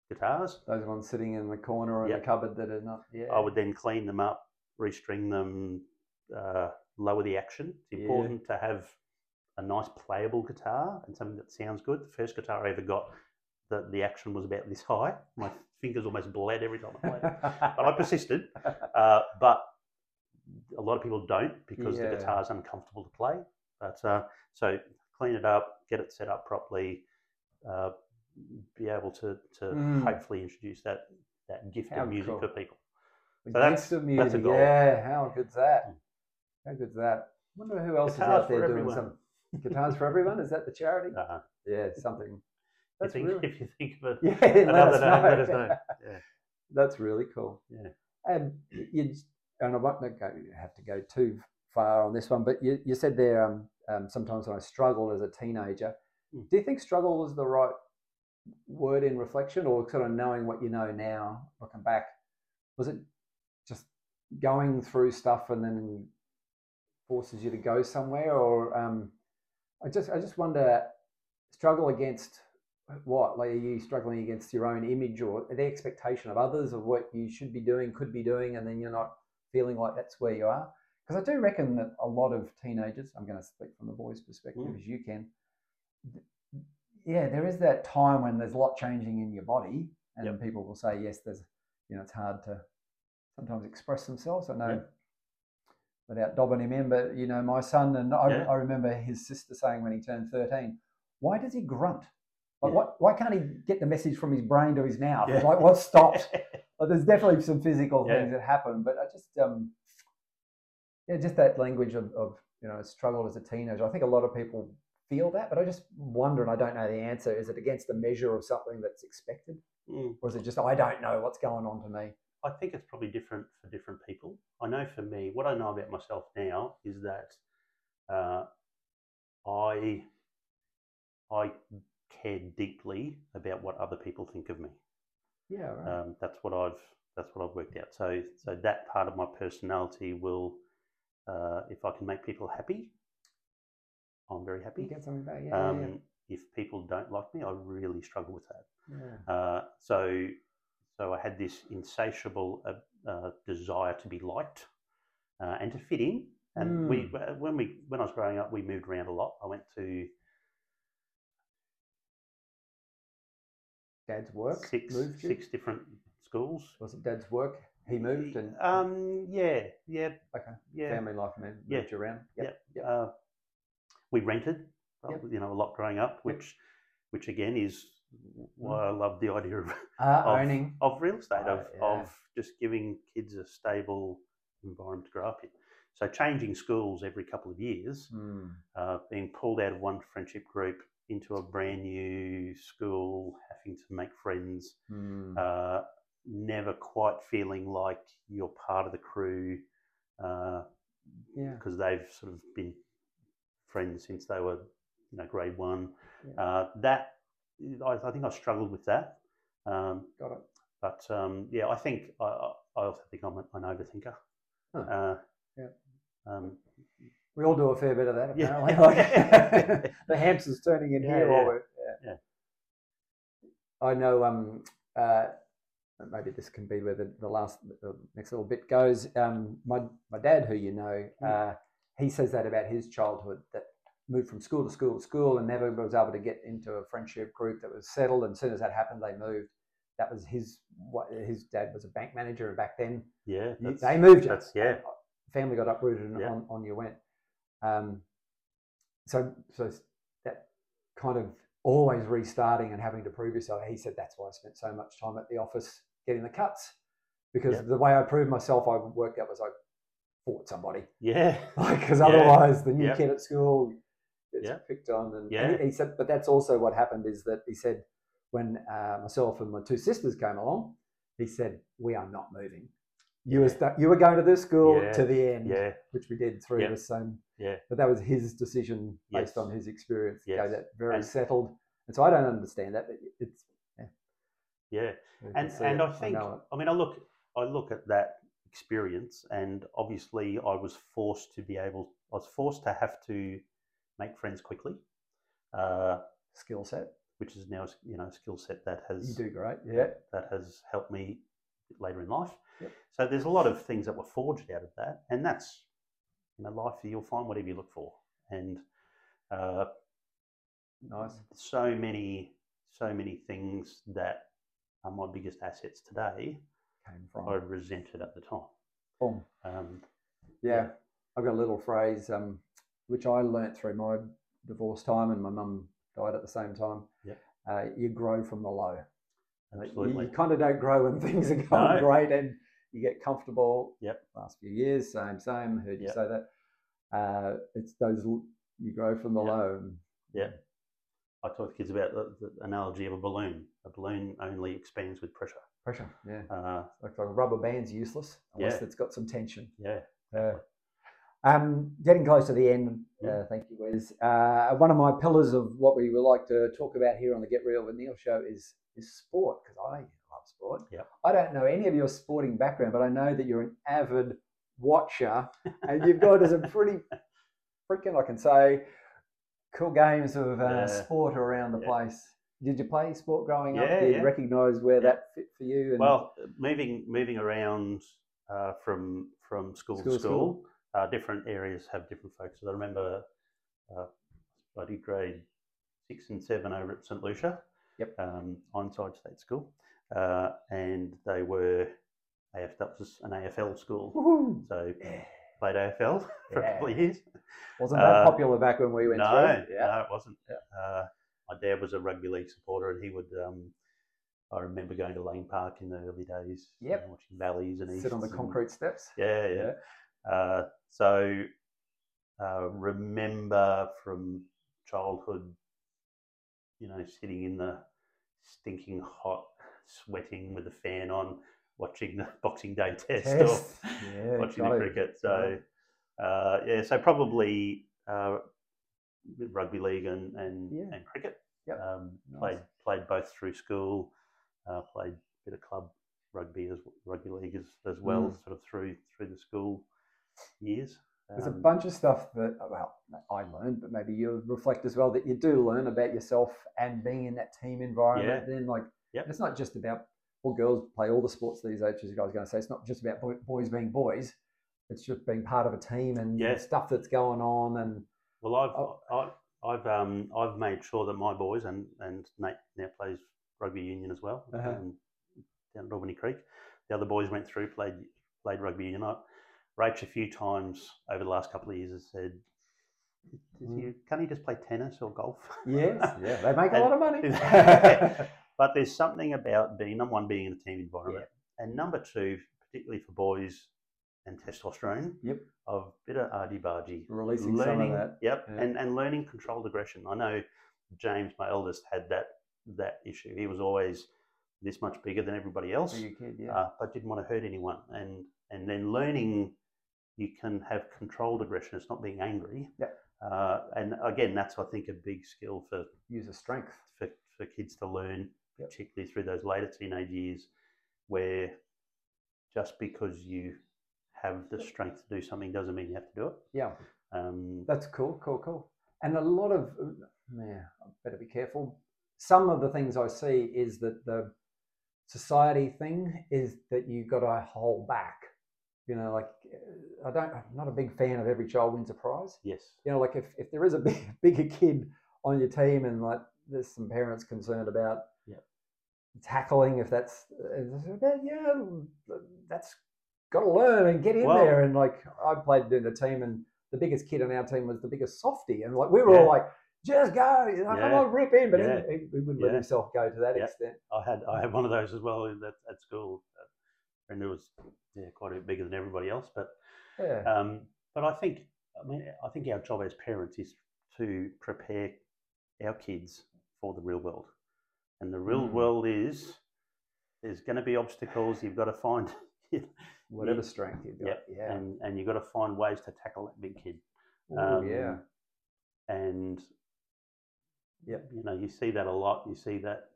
C: guitars.
B: Those ones sitting in the corner or in
C: Yeah. Oh,
B: the cupboard that are not. Yeah. *laughs*
C: I would then clean them up, restring them, uh, lower the action. It's
B: Yeah.
C: important to have a nice playable guitar and something that sounds good. The first guitar I ever got, the, the action was about this high. My fingers almost bled every time I played. it.
B: *laughs*
C: But I persisted. Uh, but a lot of people don't because
B: Yeah.
C: the guitar is uncomfortable to play. But uh, so clean it up, get it set up properly, uh, be able to to
B: Mm.
C: hopefully introduce that that gift
B: How
C: of music
B: cool.
C: for people.
B: The
C: So that's-
B: gift of
C: that's a
B: music.
C: goal.
B: Yeah, how good's that?
C: Mm.
B: How good's that? Wonder who else
C: Guitars
B: is out
C: for
B: there doing
C: everyone.
B: some
C: *laughs*
B: guitars for everyone. Is that the charity?
C: Uh,
B: Yeah, something.
C: if,
B: That's
C: you think, *laughs*
B: really
C: if you think of it,
B: *laughs* yeah. Let
C: another
B: us
C: day,
B: know.
C: let us know.
B: *laughs* That's really cool.
C: Yeah.
B: And Um, you and I won't go, have to go too far on this one, but you, you said there um, um, sometimes when I struggled as a teenager.
C: Mm.
B: Do you think struggle was the right word in reflection, or sort of knowing what you know now, looking back, was it just going through stuff and then forces you to go somewhere, or um, I just I just wonder struggle against what? Like, are you struggling against your own image or the expectation of others of what you should be doing, could be doing, and then you're not feeling like that's where you are? Because I do reckon that a lot of teenagers, I'm going to speak from the boys' perspective
C: Mm.
B: as you can. th- Yeah, there is that time when there's a lot changing in your body, and
C: Yep.
B: people will say, yes, there's, you know, it's hard to sometimes express themselves. I know
C: Yep.
B: without dobbing him in, but you know, my son and I,
C: Yeah.
B: I remember his sister saying when he turned 13, why does he grunt? Like,
C: Yeah.
B: what, why can't he get the message from his brain to his mouth?
C: Yeah.
B: Like, what stopped? Like, there's definitely some physical
C: Yeah.
B: things that happen, but I just, um, yeah, just that language of, of, you know, struggle as a teenager. I think a lot of people feel that, but I just wonder, and I don't know the answer, is it against the measure of something that's expected?
C: Mm.
B: Or is it just, I don't know what's going on to me?
C: I think it's probably different for different people. I know for me, what I know about myself now is that uh, I I care deeply about what other people think of me.
B: Yeah, right.
C: Um, that's what I've that's what I've worked out. So so that part of my personality will, uh, if I can make people happy, I'm very
B: you
C: happy.
B: get something back. Yeah, yeah,
C: Um, if people don't like me, I really struggle with that.
B: yeah. yeah.
C: Uh, so, so I had this insatiable uh, uh, desire to be liked uh, and to fit in.
B: Hmm.
C: And we, uh, when we, when I was growing up, we moved around a lot. I went to
B: Dad's work
C: six,
B: moved you?
C: six different schools.
B: Was it Dad's work? He moved and
C: um, yeah, yeah,
B: Okay.
C: yeah.
B: family life moved,
C: yeah.
B: moved you around. yep.
C: Uh, we rented, uh,
B: Yep.
C: you know, a lot growing up,
B: Yep. Hmm.
C: which, which again is why I love the idea of
B: Uh,
C: of-
B: owning.
C: of real estate,
B: Oh,
C: of,
B: yeah.
C: of just giving kids a stable environment to grow up in. So changing schools every couple of years,
B: Hmm.
C: uh, being pulled out of one friendship group into a brand new school, having to make friends,
B: Hmm.
C: uh, never quite feeling like you're part of the crew because
B: yeah.
C: they've sort of been friends since they were, you know, grade one.
B: Yeah.
C: Uh, that I, I think I struggled with that. Um,
B: Got it.
C: but um, yeah, I think I, I I also think I'm an an overthinker.
B: Huh.
C: Uh,
B: Yeah.
C: Um,
B: We all do a fair bit of that
C: Yeah.
B: apparently.
C: *laughs*
B: Like, *laughs* the hamster's turning in
C: Yeah,
B: here.
C: yeah.
B: While we're, yeah.
C: Yeah.
B: I know. Um. Uh. Maybe this can be where the, the last the next little bit goes. Um. My my dad, who you know,
C: Mm.
B: uh, he says that about his childhood that moved from school to school to school and never was able to get into a friendship group that was settled. And as soon as that happened, they moved. That was his. What his dad was a bank manager, and back then
C: yeah,
B: you-
C: that's-
B: they moved you.
C: That's yeah,
B: family got uprooted and
C: Yeah.
B: on, on you went. Um, so so s- that kind of always restarting and having to prove yourself. He said that's why I spent so much time at the office getting the cuts because
C: Yeah.
B: the way I proved myself, I worked out was I fought somebody *laughs*
C: yeah,
B: because
C: Yeah.
B: otherwise the new
C: Yeah.
B: kid at school gets
C: Yeah.
B: picked on. And,
C: Yeah.
B: and he, he said, but that's also what happened is that he said when uh, myself and my two sisters came along, he said we are not moving. You were
C: Yeah.
B: stu you were going to this school
C: Yeah.
B: to the end
C: yeah,
B: which we did three of
C: Yeah.
B: us. Um,
C: Yeah.
B: But that was his decision based
C: Yes.
B: on his experience. Yes.
C: Yes.
B: Gave that very
C: And-
B: settled. And so I don't understand that. But it's
C: yeah.
B: I can
C: And
B: see
C: and
B: it,
C: I think
B: know
C: I mean I look I look at that experience, and obviously I was forced to be able. I was forced to have to make friends quickly, uh,
B: it. skill set.
C: which is now a s- you know a skill set that
B: You
C: has
B: do great. Yeah.
C: that has helped me later in life.
B: Yep.
C: So there's a lot of things that were forged out of that, and that's you know life. You'll find whatever you look for, and uh,
B: Nice.
C: so many so many things that are my biggest assets today.
B: Came
C: I
B: from.
C: resented at the time.
B: Boom.
C: Um,
B: Yeah.
C: yeah.
B: I've got a little phrase um, which I learnt through my divorce time, and my mum died at the same time.
C: Yep.
B: Uh, you grow from the low. Like, Uh, you-
C: absolutely.
B: You, kind of don't grow when *laughs* things are going
C: No.
B: great and you get comfortable.
C: Yep.
B: Last few years, same, same. Heard you
C: Yep.
B: say that. Uh, it's those l- you grow from the
C: Yep.
B: low. and-
C: I talk to kids about the, the analogy of a balloon. A balloon only expands with pressure.
B: Pressure. Yeah.
C: Uh,
B: Like, like a rubber band's useless unless
C: Yeah.
B: it's got some tension.
C: yeah.
B: Uh, um, getting close to the end, uh,
C: Mm.
B: thank you, Wes. Uh, one of my pillars of what we would like to talk about here on the Get Real with Neil show is is sport because I love sport.
C: Yep.
B: I don't know any of your sporting background, but I know that you're an avid watcher, and you've got some
C: *laughs*
B: pretty freaking, I can say, cool games of uh,
C: Yeah.
B: sport around the
C: Yeah.
B: place. Did you play sport growing up?
C: Yeah,
B: Did
C: yeah.
B: you recognise where
C: Yeah.
B: that fit for you? And
C: Well, moving moving around uh, from from school,
B: School to
C: to
B: school.
C: school, Uh, different areas have different focuses. I remember uh, I did grade six and seven over at St Lucia,
B: Yep.
C: um, Ironside State School, uh, and they were AF, that was an AFL school,
B: Woohoo!
C: so
B: Yeah.
C: played AFL *laughs* for a couple of years.
B: wasn't that
C: Uh,
B: popular back when we went
C: No,
B: through? Yeah.
C: no, it wasn't. Uh, my dad was a rugby league supporter, and he would. Um, I remember going to Lane Park in the early days, you
B: Yep.
C: know, watching valleys and
B: Sit on the
C: easts and-
B: concrete steps.
C: Yeah, yeah. Uh, so uh, remember from childhood, you know, sitting in the stinking hot, sweating with the fan on, watching the *laughs* Boxing Day test
B: Test.
C: or
B: *laughs* Yeah,
C: *laughs* watching
B: got
C: the
B: it.
C: cricket. So uh, yeah, so probably uh, rugby league and and,
B: Yeah.
C: and cricket.
B: Yep.
C: Um,
B: Nice.
C: Played played both through school. Uh, played a bit of club rugby as rugby league as, as well,
B: Mm.
C: sort of through through the school years.
B: There's a
C: Um,
B: bunch of stuff that, uh, well, I learned, but maybe you reflect as well that you do learn about yourself and being in that team environment. Then, like,
C: Yep.
B: it's not just about, well, girls play all the sports these days, as I was going to say. It's not just about boy, boys being boys, it's just being part of a team and
C: Yeah.
B: stuff that's going on. And
C: *laughs* Well, I've
B: Oh.
C: I, I've um I've made sure that my boys and and Nate now plays rugby union as well
B: Uh-huh.
C: um, down at Albany Creek. The other boys went through played played rugby union. I, Rach a few times over the last couple of years has said, "Does
B: Mm.
C: you, "Can he just play tennis or golf?" *laughs*
B: yes, yeah, they make a
C: And-
B: lot of
C: *laughs*
B: money. *laughs*
C: But there's something about being number one, being in a team environment, and number two, particularly for boys and testosterone.
B: Yep.
C: Of bit of argy bargy
B: Releasing some
C: learning
B: of that.
C: yep
B: Yeah.
C: and and learning controlled aggression i know james my eldest had that that issue he was always this much bigger than everybody else
B: for your kid, yeah.
C: uh, but didn't want to hurt anyone and and then learning you can have controlled aggression it's not being angry
B: Yep.
C: uh, and again that's i think a big skill for
B: Use a strength.
C: for, for kids to learn,
B: Yep.
C: particularly through those later teenage years, where just because you have the strength to do something doesn't mean you have to do it.
B: Yeah.
C: Um,
B: That's cool, cool, cool. And a lot of yeah, I better be careful. Some of the things I see is that the society thing is that you got to hold back. You know, like uh, I don't, I'm not a big fan of every child wins a prize.
C: yes.
B: You know, like if, if there is a *laughs* big, bigger kid on your team and like there's some parents concerned about
C: Yep.
B: tackling, if that's, uh, yeah, that's got to learn and get in
C: Well-
B: there. And like I played in a team and the biggest kid on our team was the biggest softy. And like we were all
C: Yeah.
B: like, just go, you know, come
C: Yeah.
B: on, rip in. But he-
C: Yeah.
B: he, he wouldn't let
C: Yeah.
B: himself go to that
C: Yeah.
B: extent.
C: I had I had one of those as well at, at school, uh, and it was yeah quite a bit bigger than everybody else. But
B: Yeah.
C: um, but I think I mean I think our job as parents is to prepare our kids for the real world, and the real
B: Mm.
C: world is there's going to be obstacles. You've got to find
B: Whatever strength you've got. Yeah.
C: and and you've got to find ways to tackle that big kid.
B: Ooh, Oh,
C: um,
B: yeah.
C: And
B: Yep.
C: you know, you see that a lot. You see that,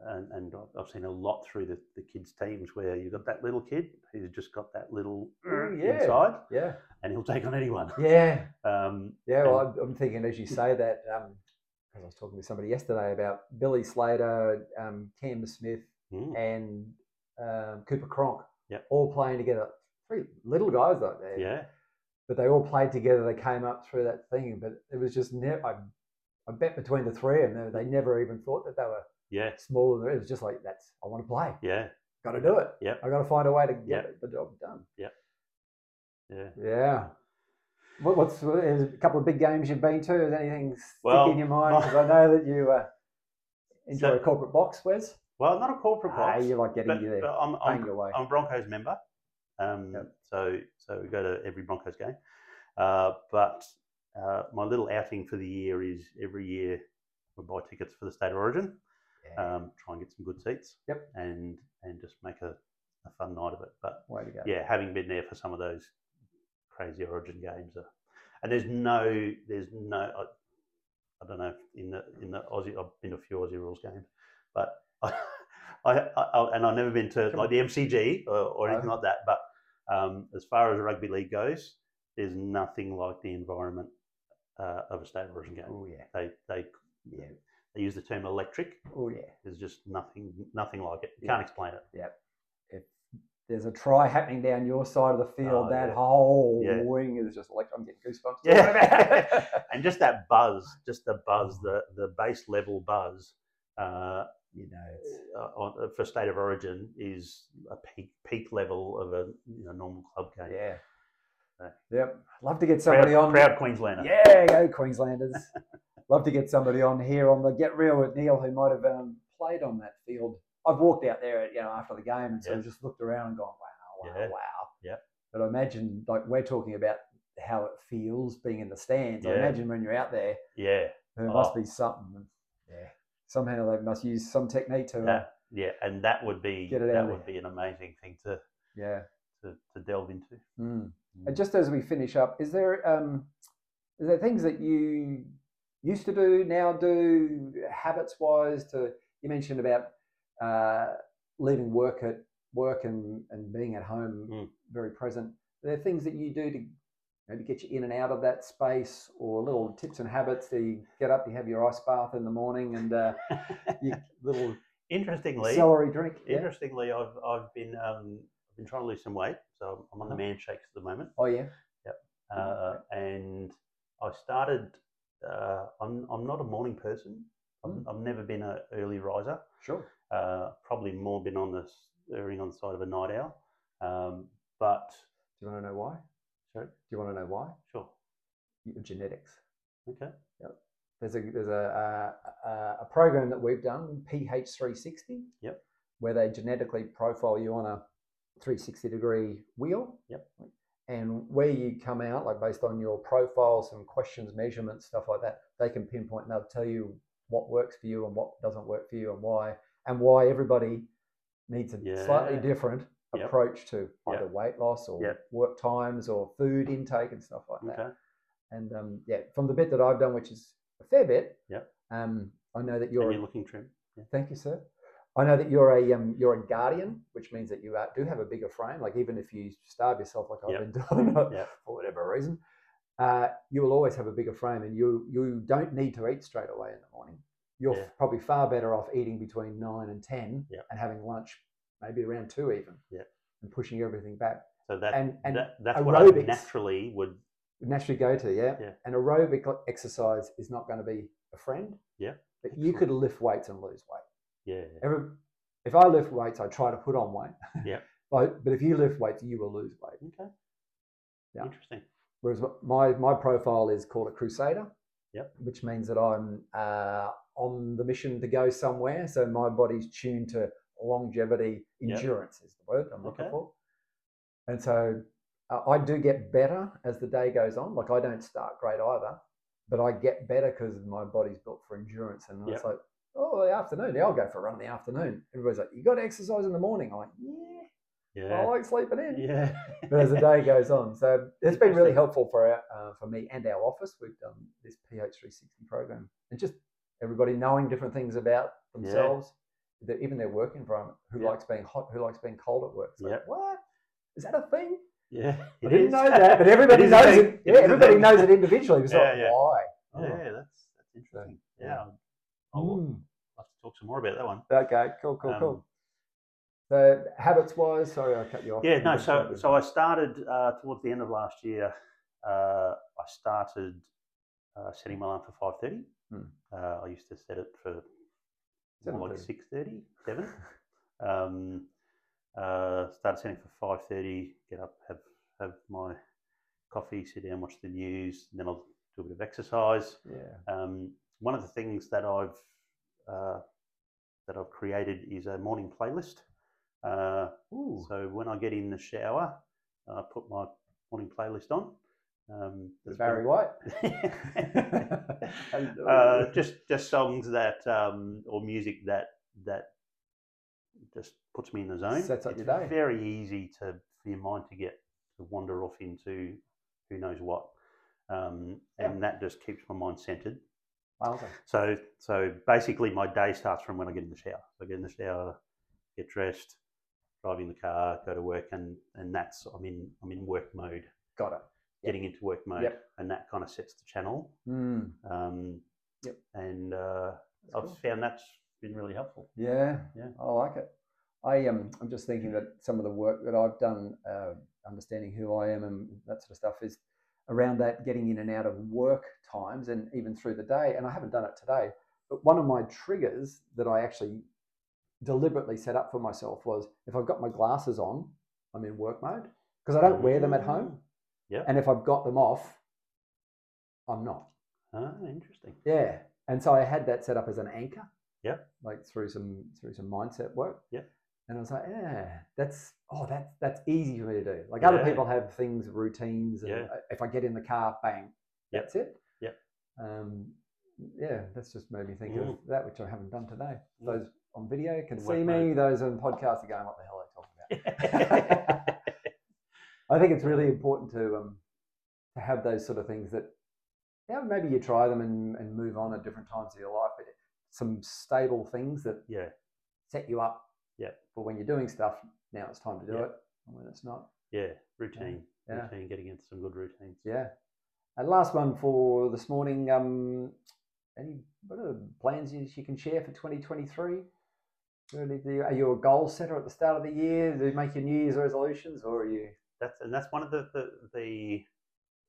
C: and, and I've- I've seen a lot through the, the kids' teams where you've got that little kid who's just got that little
B: Ooh, yeah.
C: inside,
B: Yeah.
C: and he'll take on anyone.
B: Yeah.
C: Um,
B: Yeah, well, I'm, I'm thinking as you say that, um, 'cause I was talking with somebody yesterday about Billy Slater, um, Cam Smith,
C: mm,
B: and um, Cooper Cronk
C: Yep.
B: all playing together. Three little guys like that,
C: yeah,
B: but they all played together. They came up through that thing, but it was just never. I, I bet between the three of them, they never even thought that they were
C: yeah,
B: smaller. than It was just like that's. I want to play.
C: yeah,
B: Got to do it.
C: Yep.
B: I got to find a way to get
C: Yep.
B: it- the job done.
C: yeah.
B: Yeah. What, what's there's a couple of big games you've been to? Is anything stick
C: Well,
B: in your mind?
C: my-
B: Because I know that you uh, enjoy
C: So-
B: a corporate box, Wes.
C: Well, not a corporate
B: Ah,
C: box,
B: you like getting
C: but,
B: you there,
C: but I'm,
B: paying
C: I'm
B: your way.
C: I'm a Broncos member, um,
B: Yep.
C: so so we go to every Broncos game. Uh, but uh, my little outing for the year is every year we buy tickets for the state of origin,
B: Yeah,
C: um, try and get some good seats,
B: Yep.
C: and and just make a, a fun night of it. But
B: way to go.
C: yeah, having been there for some of those crazy origin games, uh, and there's no there's no I, I don't know if in the in the Aussie I've been to a few Aussie rules games, but *laughs* I, I, I and I've never been to
B: Sure.
C: like the MCG or, or anything like that. But um, as far as rugby league goes, there's nothing like the environment uh, of a state of origin game.
B: Oh yeah,
C: They they
B: yeah,
C: they use the term electric.
B: oh yeah.
C: There's just nothing nothing like it. You
B: Yeah.
C: can't explain it.
B: If there's a try happening down your side of the field,
C: Oh,
B: that
C: yeah.
B: whole
C: Yeah.
B: wing is just like I'm getting goosebumps.
C: Yeah. and just that buzz, just the
B: Mm-hmm.
C: buzz, the the base level buzz uh,
B: *laughs* you know,
C: *laughs*
B: it's,
C: uh, on, for state of origin is a peak peak level of a you know, normal club game.
B: yeah,
C: Right.
B: yep. Love to get
C: Proud,
B: somebody on.
C: proud Queenslander.
B: Yeah, go
C: *laughs*
B: Queenslanders. Love to get somebody on here on the Get Real with Neil who might have um, played on that field. I've walked out there, you know, after the game and sort of just looked around and gone, wow, wow,
C: Yeah.
B: wow.
C: Yeah.
B: But I imagine, like, we're talking about how it feels being in the stands. I
C: Yeah.
B: imagine when you're out there,
C: yeah,
B: there
C: Oh.
B: must be something. Yeah. Somehow they must use some technique to, uh,
C: That- yeah, and that would be
B: Get it
C: that
B: out
C: would
B: there.
C: be an amazing thing to
B: yeah.
C: to, to
B: *laughs*
C: delve into.
B: Mm.
C: Mm.
B: And just as we finish up, is there um, is there things that you used to do, now do, habits wise? To you mentioned about uh, leaving work at work and, and being at home
C: Mm.
B: very present. Are there things that you do to maybe get you in and out of that space, or little tips and habits? Do you get up, you have your ice bath in the morning, and *laughs* uh, you little
C: Interestingly,
B: celery drink? Yeah.
C: interestingly, I've I've been um, I've been trying to lose some weight, so I'm on the
B: Mhm.
C: man shakes at the moment,
B: Oh yeah.
C: uh, and I started. Uh, I'm I'm not a morning person. I'm,
B: Hmm.
C: I've never been an early riser.
B: Sure.
C: Uh, probably more been on the s- erring on the side of a night owl. Um, but
B: Do you want to know why?
C: Sorry?
B: Do you want to know why?
C: sure,
B: Your genetics.
C: okay,
B: There's a there's a a, a- a program that we've done, PH360.
C: Yep.
B: Where they genetically profile you on a 360 degree wheel.
C: Yep.
B: And where you come out, like based on your profile, some questions, measurements, stuff like that, they can pinpoint and they'll tell you what works for you and what doesn't work for you and why, and why everybody needs a slightly
C: Yeah.
B: different
C: Yep.
B: approach to
C: Yep.
B: either weight loss or
C: Yep.
B: work times or food intake and stuff like that.
C: okay,
B: And um, yeah, from the bit that I've done, which is a fair bit,
C: Yep.
B: um, I know that
C: and
B: you're.
C: you're looking trim. Yeah.
B: thank you, sir. I know that you're a um, you're a guardian, which means that you uh, do have a bigger frame. Like even if you starve yourself, like I've
C: Yep.
B: been doing *laughs* uh,
C: Yep.
B: for whatever reason, uh, you will always have a bigger frame, and you you don't need to eat straight away in the morning. You're
C: Yeah.
B: probably far better off eating between nine and ten,
C: Yep.
B: and having lunch maybe around two even,
C: Yep.
B: and pushing everything back.
C: So that,
B: And- and
C: that that's what I
B: aerobics.
C: naturally would.
B: naturally go to, yeah.
C: Yeah.
B: And aerobic exercise is not going to be a friend.
C: Yeah,
B: But you could lift weights and lose weight.
C: Yeah,
B: Every, if I lift weights, I try to put on weight.
C: Yeah.
B: *laughs* But, but if you lift weights, you will lose weight.
C: okay,
B: Yeah.
C: interesting.
B: Whereas my my profile is called a crusader.
C: Yep.
B: Which means that I'm uh, on the mission to go somewhere. So my body's tuned to longevity,
C: Yep.
B: endurance is the word I'm looking
C: Okay.
B: for. And so uh, I do get better as the day goes on. Like I don't start great either, but I get better because my body's built for endurance. And it's
C: Yep.
B: like, oh, the afternoon, yeah, I'll go for a run in the afternoon. Everybody's like, you got to exercise in the morning. I'm like, yeah, I
C: Yeah,
B: like sleeping in
C: yeah. *laughs*
B: but as the day goes on. So it's been really
C: Interesting.
B: helpful for our, uh, for me and our office. We've done this PH360 program and just everybody knowing different things about
C: Yeah.
B: themselves, their, even their work environment. Who
C: Yeah.
B: likes being hot? Who likes being cold at work? It's like,
C: Yeah.
B: what is that a thing?
C: Yeah,
B: I
C: it
B: didn't
C: is. *laughs*
B: know that, but
C: It
B: everybody
C: is a
B: knows
C: thing.
B: it.
C: is
B: Yeah,
C: a
B: everybody
C: thing.
B: knows it individually. It's
C: Yeah,
B: like,
C: yeah.
B: why? Oh,
C: Yeah, that's that's interesting.
B: yeah.
C: Yeah, I'll, I'll
B: mm.
C: have to talk some more about that one.
B: Okay, cool, cool,
C: Um,
B: cool. So habits wise, sorry, I cut you off.
C: Yeah, no. So so I started uh, towards the end of last year. Uh, I started uh, setting my alarm for five thirty.
B: Hmm.
C: Uh, I used to set it for more like
B: 7:30.
C: six thirty, seven. um, uh, started setting for five thirty. Get up, have have my coffee, sit down, watch the news, and then I'll do a bit of exercise.
B: yeah,
C: Um, one of the things that I've uh, that I've created is a morning playlist. Uh,
B: Ooh.
C: so when I get in the shower, I put my morning playlist on. Um,
B: it's
C: that's
B: Barry White.
C: *laughs*
B: *laughs*
C: been- uh, just just songs that um, or music that that just puts me in the zone.
B: Sets up
C: it's
B: your day.
C: very easy to for your mind to get to wander off into who knows what, um,
B: Yeah.
C: and that just keeps my mind centered.
B: Wowza.
C: So so basically, my day starts from when I get in the shower. So I get in the shower, get dressed, drive in the car, go to work, and and that's I'm in I'm in work mode,
B: Got it. Yep.
C: getting into work mode,
B: Yep.
C: and that kind of sets the channel.
B: Mm,
C: Um,
B: Yep.
C: And uh,
B: that's
C: I've
B: cool.
C: found that's been really helpful.
B: Yeah,
C: Yeah.
B: I like it. I um, I'm just thinking that some of the work that I've done, uh, understanding who I am and that sort of stuff, is around that getting in and out of work times and even through the day. And I haven't done it today, but one of my triggers that I actually deliberately set up for myself was if I've got my glasses on, I'm in work mode because I don't wear them at home.
C: Yep.
B: And if I've got them off, I'm not.
C: Ah,
B: *laughs*
C: interesting. *laughs*
B: Yeah. And so I had that set up as an anchor.
C: Yep.
B: Like through some through some mindset work.
C: Yep.
B: And I was like, yeah, that's oh that's that's easy for me to do. Like other
C: Yeah.
B: people have things, routines, and
C: Yeah.
B: I- if I get in the car, bang,
C: Yep.
B: that's it.
C: Yep.
B: Um, yeah, that's just made me think of
C: Mm.
B: that, which I haven't done today. Those on video can
C: Work
B: see me.
C: mode.
B: Those on podcast are going, what the hell are they talking about? I think it's really important to um, to have those sort of things that Yeah, maybe you try them and, and move on at different times of your life, but some stable things that
C: Yeah.
B: set you up
C: Yeah.
B: for when you're doing stuff. Now it's time to do
C: Yeah.
B: it, and when it's not,
C: Yeah. Routine.
B: Yeah.
C: Routine. Getting into some good routines.
B: yeah. And last one for this morning. Um, any what are the plans you, you can share for 2023? Really, do you- Are you a goal setter at the start of the year? Do you make your New Year's resolutions, or are you?
C: That's and that's one of the the, the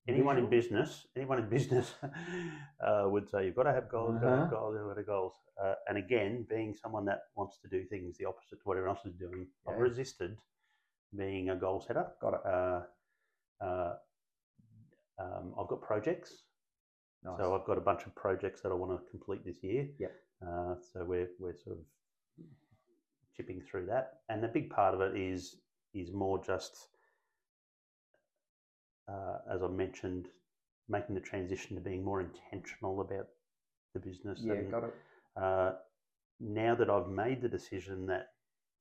C: anyone in
B: Visual?
C: business, anyone in business *laughs* uh, would say you've got to have goals, you've got to have goals, you've got to have goals. Uh, and again, being someone that wants to do things the opposite to what everyone else is doing, I've
B: Yeah.
C: resisted being a goal setter.
B: Got it.
C: Uh, uh, um, I've got projects,
B: Nice.
C: so I've got a bunch of projects that I want to complete this year.
B: Yep.
C: Uh, so we're we're sort of chipping through that, and a big part of it is is more just uh, as I mentioned, making the transition to being more intentional about the business.
B: yeah,
C: and,
B: got it.
C: uh, now that I've made the decision that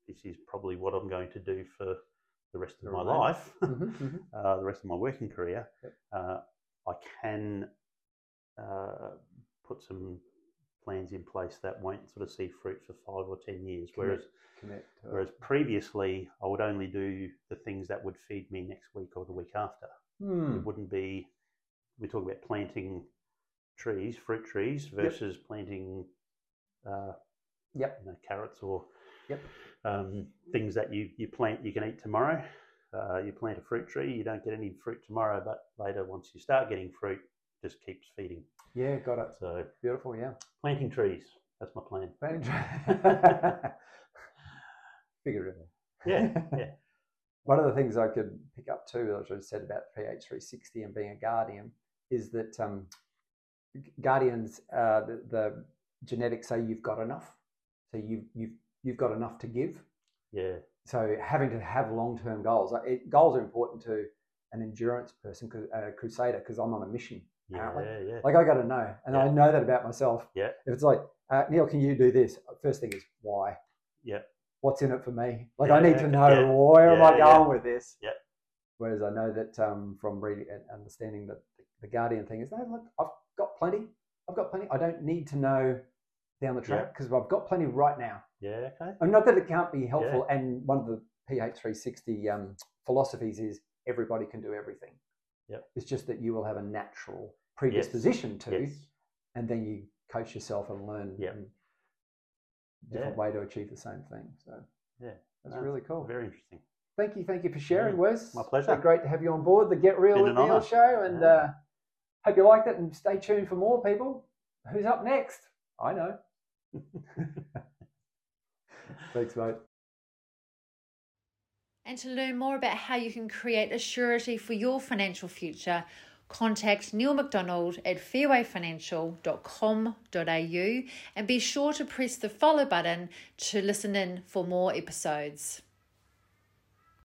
C: this is probably what I'm going to do for the rest of
B: The
C: my
B: remainder.
C: life, *laughs*
B: Mhm, mhm.
C: uh, the rest of my working career,
B: Yep.
C: uh, I can uh, put some plans in place that won't sort of see fruit for five or ten years. Whereas,
B: Commit to it.
C: whereas previously, I would only do the things that would feed me next week or the week after.
B: Hmm,
C: It wouldn't be. We talk about planting trees, fruit trees, versus planting uh,
B: Yep.
C: you know, carrots or
B: Yep.
C: um, things that you, you plant you can eat tomorrow. Uh, you plant a fruit tree, you don't get any fruit tomorrow, but later once you start getting fruit, it just keeps feeding.
B: Yeah, got it.
C: So
B: Beautiful. Yeah.
C: planting trees, that's my
B: *laughs*
C: plan.
B: Planning *laughs* Figure it out.
C: Yeah, yeah.
B: *laughs* One of the things I could pick up too, as I said about PH three sixty and being a guardian, is that um, g- guardians uh, the, the genetics say you've got enough, so you you've you've got enough to give.
C: yeah,
B: So having to have long term goals, like it, goals are important to an endurance person, 'cause- a crusader, because I'm on a mission.
C: yeah, yeah, yeah.
B: Like I got to know, and I
C: Yeah.
B: know that about myself.
C: Yeah.
B: If it's like uh, Neil, can you do this? First thing is why.
C: Yeah.
B: What's in it for me? Like
C: Yeah,
B: I need
C: yeah,
B: to know
C: yeah.
B: where am I
C: Yeah, yeah.
B: going with this?
C: Yeah.
B: Whereas I know that um, from reading and understanding that the guardian thing is no, look, I've got plenty. I've got plenty. I don't need to know down the track because I've got plenty right now.
C: yeah, okay.
B: I mean, not that it can't be helpful. And one of the PH360 um, philosophies is everybody can do everything.
C: Yeah.
B: It's just that you will have a natural predisposition to
C: Yes.
B: and then you coach yourself and learn
C: Yep.
B: and different
C: Yeah.
B: way to achieve the same thing. So
C: Yeah.
B: that's
C: No,
B: really cool.
C: Very interesting.
B: Thank you, thank you for sharing, Wes.
C: my
B: It's
C: pleasure.
B: been great to have you on board the Get Real
C: Been
B: with
C: an
B: Neil
C: honour.
B: show, and
C: Yeah.
B: uh, hope you liked it. And stay tuned for more people. Who's up next? I know. *laughs* Thanks, mate.
A: And to learn more about how you can create a surety for your financial future, contact Neil McDonald at fairwayfinancial.com.au and be sure to press the follow button to listen in for more episodes.